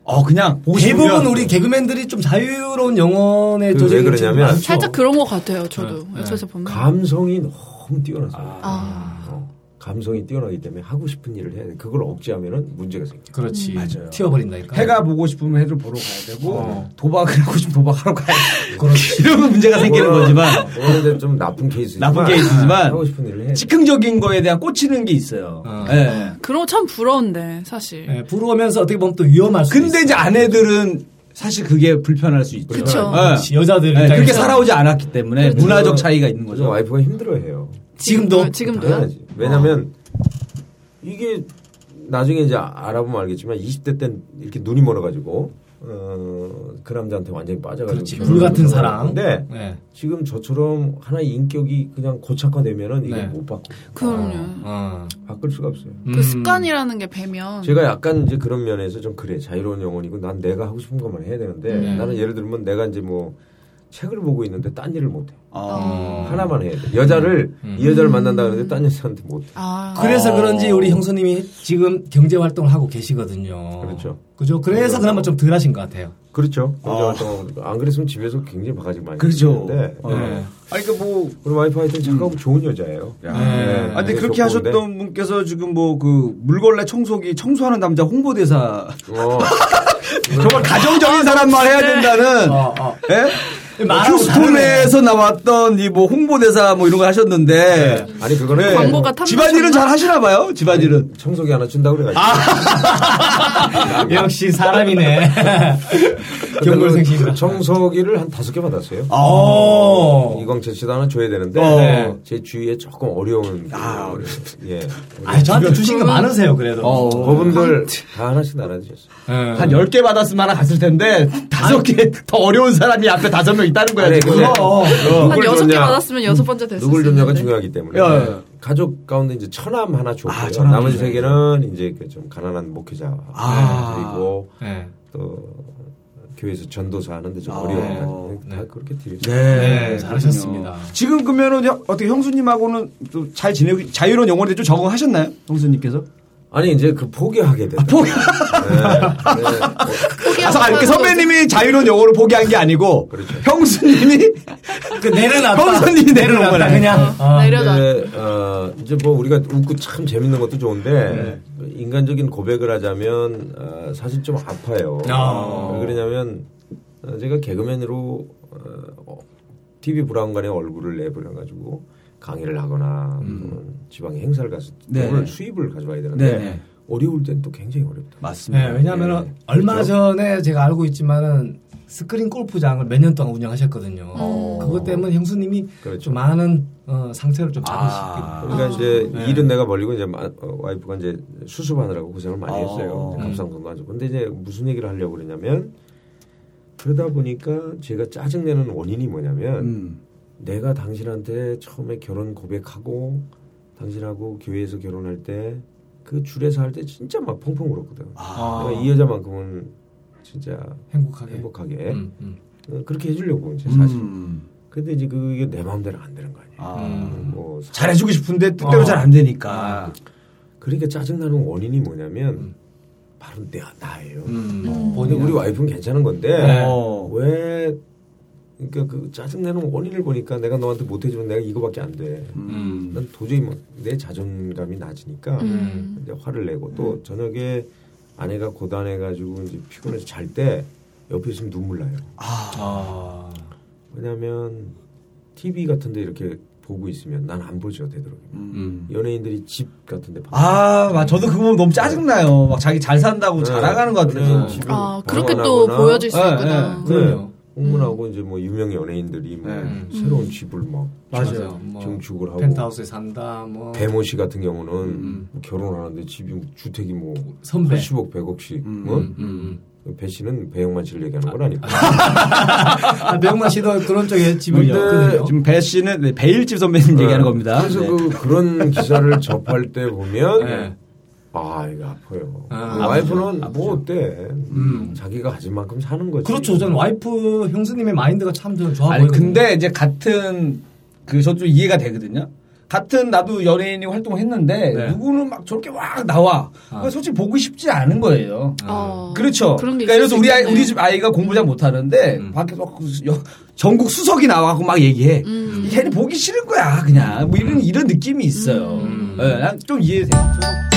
[SPEAKER 4] 어, 그냥 보고 싶으면. 네.
[SPEAKER 2] 대부분 우리 개그맨들이 좀 자유로운 영혼의
[SPEAKER 5] 그왜
[SPEAKER 2] 조직이 좀
[SPEAKER 5] 그러냐면
[SPEAKER 2] 많죠.
[SPEAKER 3] 살짝 그런 것 같아요. 저도
[SPEAKER 5] 네,
[SPEAKER 3] 여기서 보면.
[SPEAKER 5] 감성이 너무 뛰어나서
[SPEAKER 3] 아.
[SPEAKER 5] 어, 감성이 뛰어나기 때문에 하고 싶은 일을 해야 돼. 그걸 억제하면은 문제가 생겨.
[SPEAKER 2] 그렇지. 튀어버린다니까.
[SPEAKER 4] 해가 보고 싶으면 해를 보러 가야 되고 도박을 하고 싶으면 도박하러 가야 되고 어.
[SPEAKER 2] 그렇지.
[SPEAKER 4] 어. 이러면 문제가 생기는
[SPEAKER 5] 그거는-
[SPEAKER 4] 거지만
[SPEAKER 5] 그거는 좀 나쁜 케이스지만
[SPEAKER 4] 나쁜 케이스지만
[SPEAKER 5] 하고 싶은 일을 해.
[SPEAKER 4] 즉흥적인 거에 대한 꽂히는 게 네. 있어요.
[SPEAKER 2] 어.
[SPEAKER 4] 예.
[SPEAKER 3] 그런 거 참 부러운데 사실.
[SPEAKER 5] 네,
[SPEAKER 2] 예, 부러우면서 어떻게 보면 또 위험할 수
[SPEAKER 4] 근데
[SPEAKER 2] 있어.
[SPEAKER 4] 이제 아내들은 사실 그게 불편할 수 있죠. 그렇죠.
[SPEAKER 3] 그쵸.
[SPEAKER 4] 예.
[SPEAKER 2] 여자들
[SPEAKER 4] 예, 그렇게
[SPEAKER 2] 입장에서.
[SPEAKER 4] 살아오지 않았기 때문에 문화적 차이가 있는
[SPEAKER 5] 요즘
[SPEAKER 4] 거죠.
[SPEAKER 5] 와이프가 힘들어해요.
[SPEAKER 2] 지금도?
[SPEAKER 3] 지금도요?
[SPEAKER 5] 당연하지. 왜냐면
[SPEAKER 4] 아.
[SPEAKER 5] 이게 나중에 이제 알아보면 알겠지만 20대 땐 이렇게 눈이 멀어가지고 어, 그 남자한테 완전히 빠져가지고
[SPEAKER 2] 그렇지. 불 같은 사랑.
[SPEAKER 5] 음. 근데
[SPEAKER 2] 네.
[SPEAKER 5] 지금 저처럼 하나의 인격이 그냥 고착화되면은 이걸
[SPEAKER 2] 네.
[SPEAKER 5] 못 바꿔 아.
[SPEAKER 3] 그럼요.
[SPEAKER 2] 어.
[SPEAKER 5] 바꿀 수가 없어요.
[SPEAKER 2] 음.
[SPEAKER 3] 그 습관이라는 게 배면
[SPEAKER 4] 음.
[SPEAKER 5] 제가 약간 이제 그런 면에서 좀 그래 자유로운 영혼이고 난 내가 하고 싶은 것만 해야 되는데
[SPEAKER 4] 음.
[SPEAKER 5] 나는 예를 들면 내가 이제 뭐 책을 보고 있는데 딴 일을 못해
[SPEAKER 4] 어. 아.
[SPEAKER 2] 어.
[SPEAKER 3] 어.
[SPEAKER 5] 하나만 해야 돼 여자를
[SPEAKER 4] 음.
[SPEAKER 5] 이 여자를 만난다 그러는데 딴 여자한테 못해
[SPEAKER 3] 아
[SPEAKER 2] 그래서 그런지 우리 형수님이 지금 경제 활동을 하고 계시거든요.
[SPEAKER 5] 그렇죠.
[SPEAKER 2] 그죠? 그래서 그나마 좀 덜하신 것 같아요.
[SPEAKER 5] 그렇죠 경제 활동하고 안 그랬으면 집에서 굉장히 바가지 많이
[SPEAKER 4] 그렇죠.
[SPEAKER 5] 했는데 네.
[SPEAKER 4] 어. 아니 그러니까 뭐
[SPEAKER 5] 우리 와이프 하여튼 착하고 좋은 여자예요 네.
[SPEAKER 4] 아, 근데 그렇게
[SPEAKER 5] 좋은데.
[SPEAKER 4] 하셨던 분께서 지금 뭐 그 물걸레 청소기 청소하는 남자 홍보대사
[SPEAKER 5] 어.
[SPEAKER 4] 정말 가정적인 사람만 해야 된다는
[SPEAKER 2] 어, 어.
[SPEAKER 4] 예?
[SPEAKER 2] 말하고
[SPEAKER 4] 휴스톤에서 나왔던 이 뭐 홍보대사 뭐 이런 거 하셨는데
[SPEAKER 5] 아니 그거는
[SPEAKER 4] 예.
[SPEAKER 3] 광고가 탐나셨나?
[SPEAKER 4] 집안일은 잘 하시나 봐요 집안일은
[SPEAKER 5] 청소기 하나 준다고 그래가지고
[SPEAKER 4] 아,
[SPEAKER 2] 역시 사람이네.
[SPEAKER 5] 그
[SPEAKER 2] 경골생심이다.
[SPEAKER 5] 그러니까 청소기를 한 다섯 개 받았어요
[SPEAKER 2] 어.
[SPEAKER 5] 이광재 씨도 하나 줘야 되는데
[SPEAKER 2] 네.
[SPEAKER 5] 제 주위에 조금 어려운 아, 예.
[SPEAKER 2] 아, 저한테 주신 게 많으세요, 그래도.
[SPEAKER 5] 어. 그분들 다 하나씩 나눠주셨어요.
[SPEAKER 2] 예.
[SPEAKER 4] 네. 한 10개 받았으면 하나 갔을 텐데 다섯 개 더 어려운 사람이 앞에 다섯 명 있다는 거야
[SPEAKER 5] 아니,
[SPEAKER 4] 지금
[SPEAKER 5] 근데
[SPEAKER 4] 어.
[SPEAKER 3] 한
[SPEAKER 5] 누굴
[SPEAKER 3] 여섯 개
[SPEAKER 5] 줬냐,
[SPEAKER 3] 받았으면 여섯 번째 됐을
[SPEAKER 5] 누굴
[SPEAKER 3] 수
[SPEAKER 5] 줬냐가
[SPEAKER 3] 있는데.
[SPEAKER 5] 중요하기 때문에 네.
[SPEAKER 4] 야, 야, 야.
[SPEAKER 5] 가족 가운데 이제 처남 하나 줬고요.
[SPEAKER 4] 아, 처남
[SPEAKER 5] 나머지
[SPEAKER 4] 줬어요.
[SPEAKER 5] 세 개는 이제 그좀 가난한 목회자
[SPEAKER 4] 아.
[SPEAKER 5] 네, 그리고
[SPEAKER 2] 예.
[SPEAKER 5] 또 교회에서 전도사 하는데 좀
[SPEAKER 4] 아,
[SPEAKER 5] 어려운 다
[SPEAKER 2] 네.
[SPEAKER 5] 그렇게 드렸어요.
[SPEAKER 4] 네,
[SPEAKER 2] 네, 잘하셨습니다.
[SPEAKER 4] 그렇군요. 지금 그러면은 형- 어떻게 형수님하고는 또 잘 지내고 자유로운 영혼에 좀 적응하셨나요? 형수님께서?
[SPEAKER 5] 아니 이제 그 포기하게 되요
[SPEAKER 4] 포기.
[SPEAKER 5] 네, 네.
[SPEAKER 3] 포기하고
[SPEAKER 4] 아, 이렇게
[SPEAKER 3] 사는
[SPEAKER 4] 선배님이 자유로운 영혼을 포기한 게 아니고 형수님이
[SPEAKER 2] 그 내려놨다.
[SPEAKER 4] 형수님이 내려놓은 거네.
[SPEAKER 2] 그냥.
[SPEAKER 4] 아,
[SPEAKER 3] 거죠. 내려다.
[SPEAKER 4] 네.
[SPEAKER 5] 근데, 어, 이제 뭐 우리가 웃고 참 재밌는 것도 좋은데 인간적인 고백을 하자면 어, 사실 좀 아파요.
[SPEAKER 2] 아.
[SPEAKER 5] 왜 그러냐면 어, 제가 개그맨으로 어, TV 브라운관의 얼굴을 내버려 가지고 강의를 하거나 또는 지방에 행사를 가서
[SPEAKER 4] 음. 네.
[SPEAKER 5] 오늘 수입을 가져와야
[SPEAKER 4] 네,
[SPEAKER 5] 되는데
[SPEAKER 4] 네.
[SPEAKER 5] 어려울 땐 또 굉장히 어렵다.
[SPEAKER 4] 맞습니다.
[SPEAKER 2] 네, 왜냐하면
[SPEAKER 5] 예.
[SPEAKER 2] 얼마
[SPEAKER 5] 그렇죠.
[SPEAKER 2] 전에 제가 알고 있지만은 스크린 골프장을 몇 년 동안 운영하셨거든요. 그것 때문에 형수님이
[SPEAKER 5] 그렇죠.
[SPEAKER 2] 좀 많은 어, 상처를 좀
[SPEAKER 4] 아.
[SPEAKER 2] 잡으시고
[SPEAKER 5] 그러니까 이제
[SPEAKER 4] 네.
[SPEAKER 5] 일은 내가 벌리고 이제 마- 어, 와이프가 이제 수습하느라고 고생을 많이
[SPEAKER 4] 어.
[SPEAKER 5] 했어요. 이제 갑상선도 안 좋고. 근데 이제 무슨 얘기를 하려고 그러냐면 그러다 보니까 제가 짜증내는 원인이 뭐냐면
[SPEAKER 4] 음.
[SPEAKER 5] 내가 당신한테 처음에 결혼 고백하고 당신하고 교회에서 결혼할 때 그 줄에서 할 때 진짜 막 펑펑 울었거든.
[SPEAKER 4] 아. 네.
[SPEAKER 5] 내가 이 여자만큼은 진짜
[SPEAKER 2] 어, 행복하게.
[SPEAKER 5] 행복하게
[SPEAKER 2] 음, 음.
[SPEAKER 5] 어, 그렇게 해주려고 이제 사실.
[SPEAKER 4] 음.
[SPEAKER 5] 근데 이제 그게 내 마음대로 안 되는 거 아니야.
[SPEAKER 4] 아.
[SPEAKER 5] 뭐 사-
[SPEAKER 4] 잘해주고 싶은데 뜻대로
[SPEAKER 2] 어.
[SPEAKER 4] 잘 안 되니까.
[SPEAKER 5] 그러니까 짜증나는 원인이 뭐냐면 바로 내 나예요.
[SPEAKER 3] 음.
[SPEAKER 5] 근데 우리 와이프는 괜찮은 건데
[SPEAKER 4] 어.
[SPEAKER 5] 네. 왜 그러니까 그 짜증나는 원인을 보니까 내가 너한테 못 해주면 내가 이거밖에 안 돼.
[SPEAKER 4] 음.
[SPEAKER 5] 난 도저히 막 내 자존감이 낮으니까
[SPEAKER 3] 음.
[SPEAKER 5] 이제 화를 내고 또 저녁에 아내가 고단해가지고 이제 피곤해서 잘 때 옆에 있으면 눈물 나요.
[SPEAKER 2] 아.
[SPEAKER 5] 왜냐하면 TV 같은데 이렇게 보고 있으면 난 안 보죠 되도록이면
[SPEAKER 2] 음.
[SPEAKER 5] 음. 연예인들이 집 같은데
[SPEAKER 4] 음. 아, 막 저도 그거 보면 너무 짜증나요. 막 자기 잘
[SPEAKER 5] 어, 네.
[SPEAKER 4] 산다고 자랑하는 것 같아요.
[SPEAKER 3] 아, 그렇게 또 보여질 수
[SPEAKER 4] 예,
[SPEAKER 3] 있구나.
[SPEAKER 4] 예.
[SPEAKER 5] 그럼요. 홍문하고 음. 네. 이제 뭐 유명 연예인들이 뭐
[SPEAKER 4] 네.
[SPEAKER 3] 음.
[SPEAKER 5] 새로운 집을 막
[SPEAKER 2] 맞아요. 뭐
[SPEAKER 5] 증축을 하고
[SPEAKER 2] 펜트하우스에 산다. 뭐
[SPEAKER 5] 배모 씨 같은 경우는 뭐 결혼하는데 집이 주택이 뭐
[SPEAKER 2] 선배.
[SPEAKER 5] 80억 100억씩 어?
[SPEAKER 2] 음.
[SPEAKER 5] 배 씨는 배영만 씨를 얘기하는 건 아니고
[SPEAKER 2] 아, 명만 씨도 그런 쪽에 집을 네,
[SPEAKER 4] 근데
[SPEAKER 2] 엮거든요.
[SPEAKER 4] 지금 배 씨는 네, 배일집 선배님 얘기하는 겁니다.
[SPEAKER 5] 그래서
[SPEAKER 4] 네.
[SPEAKER 5] 그, 그런 기사를 접할 때 보면 아 이거 아파요.
[SPEAKER 2] 아,
[SPEAKER 5] 와이프는 뭐 어때? 자기가 가진 만큼 사는 거지.
[SPEAKER 2] 그렇죠. 저는 와이프 형수님의 마인드가 참 저는 좋아
[SPEAKER 4] 아니
[SPEAKER 2] 보이거든요.
[SPEAKER 4] 근데 이제 같은 그 저도 좀 이해가 되거든요. 같은 나도 연예인이 활동을 했는데
[SPEAKER 2] 네.
[SPEAKER 4] 누구는 막 저렇게 막 나와. 그거 솔직히 보고 싶지 않은 거예요.
[SPEAKER 3] 어.
[SPEAKER 4] 그렇죠.
[SPEAKER 3] 그런 게
[SPEAKER 4] 그러니까
[SPEAKER 3] 있을
[SPEAKER 4] 예를 들어서
[SPEAKER 3] 수
[SPEAKER 4] 우리 아이,
[SPEAKER 3] 있겠네.
[SPEAKER 4] 우리 집 아이가 공부 잘 못하는데 밖에서 막그 여- 전국 수석이 나와갖고 막 얘기해.
[SPEAKER 3] 음.
[SPEAKER 4] 음. 걔는 보기 싫은 거야 그냥 뭐 이런 이런 느낌이 있어요. 예, 네, 난좀 이해돼요. 저도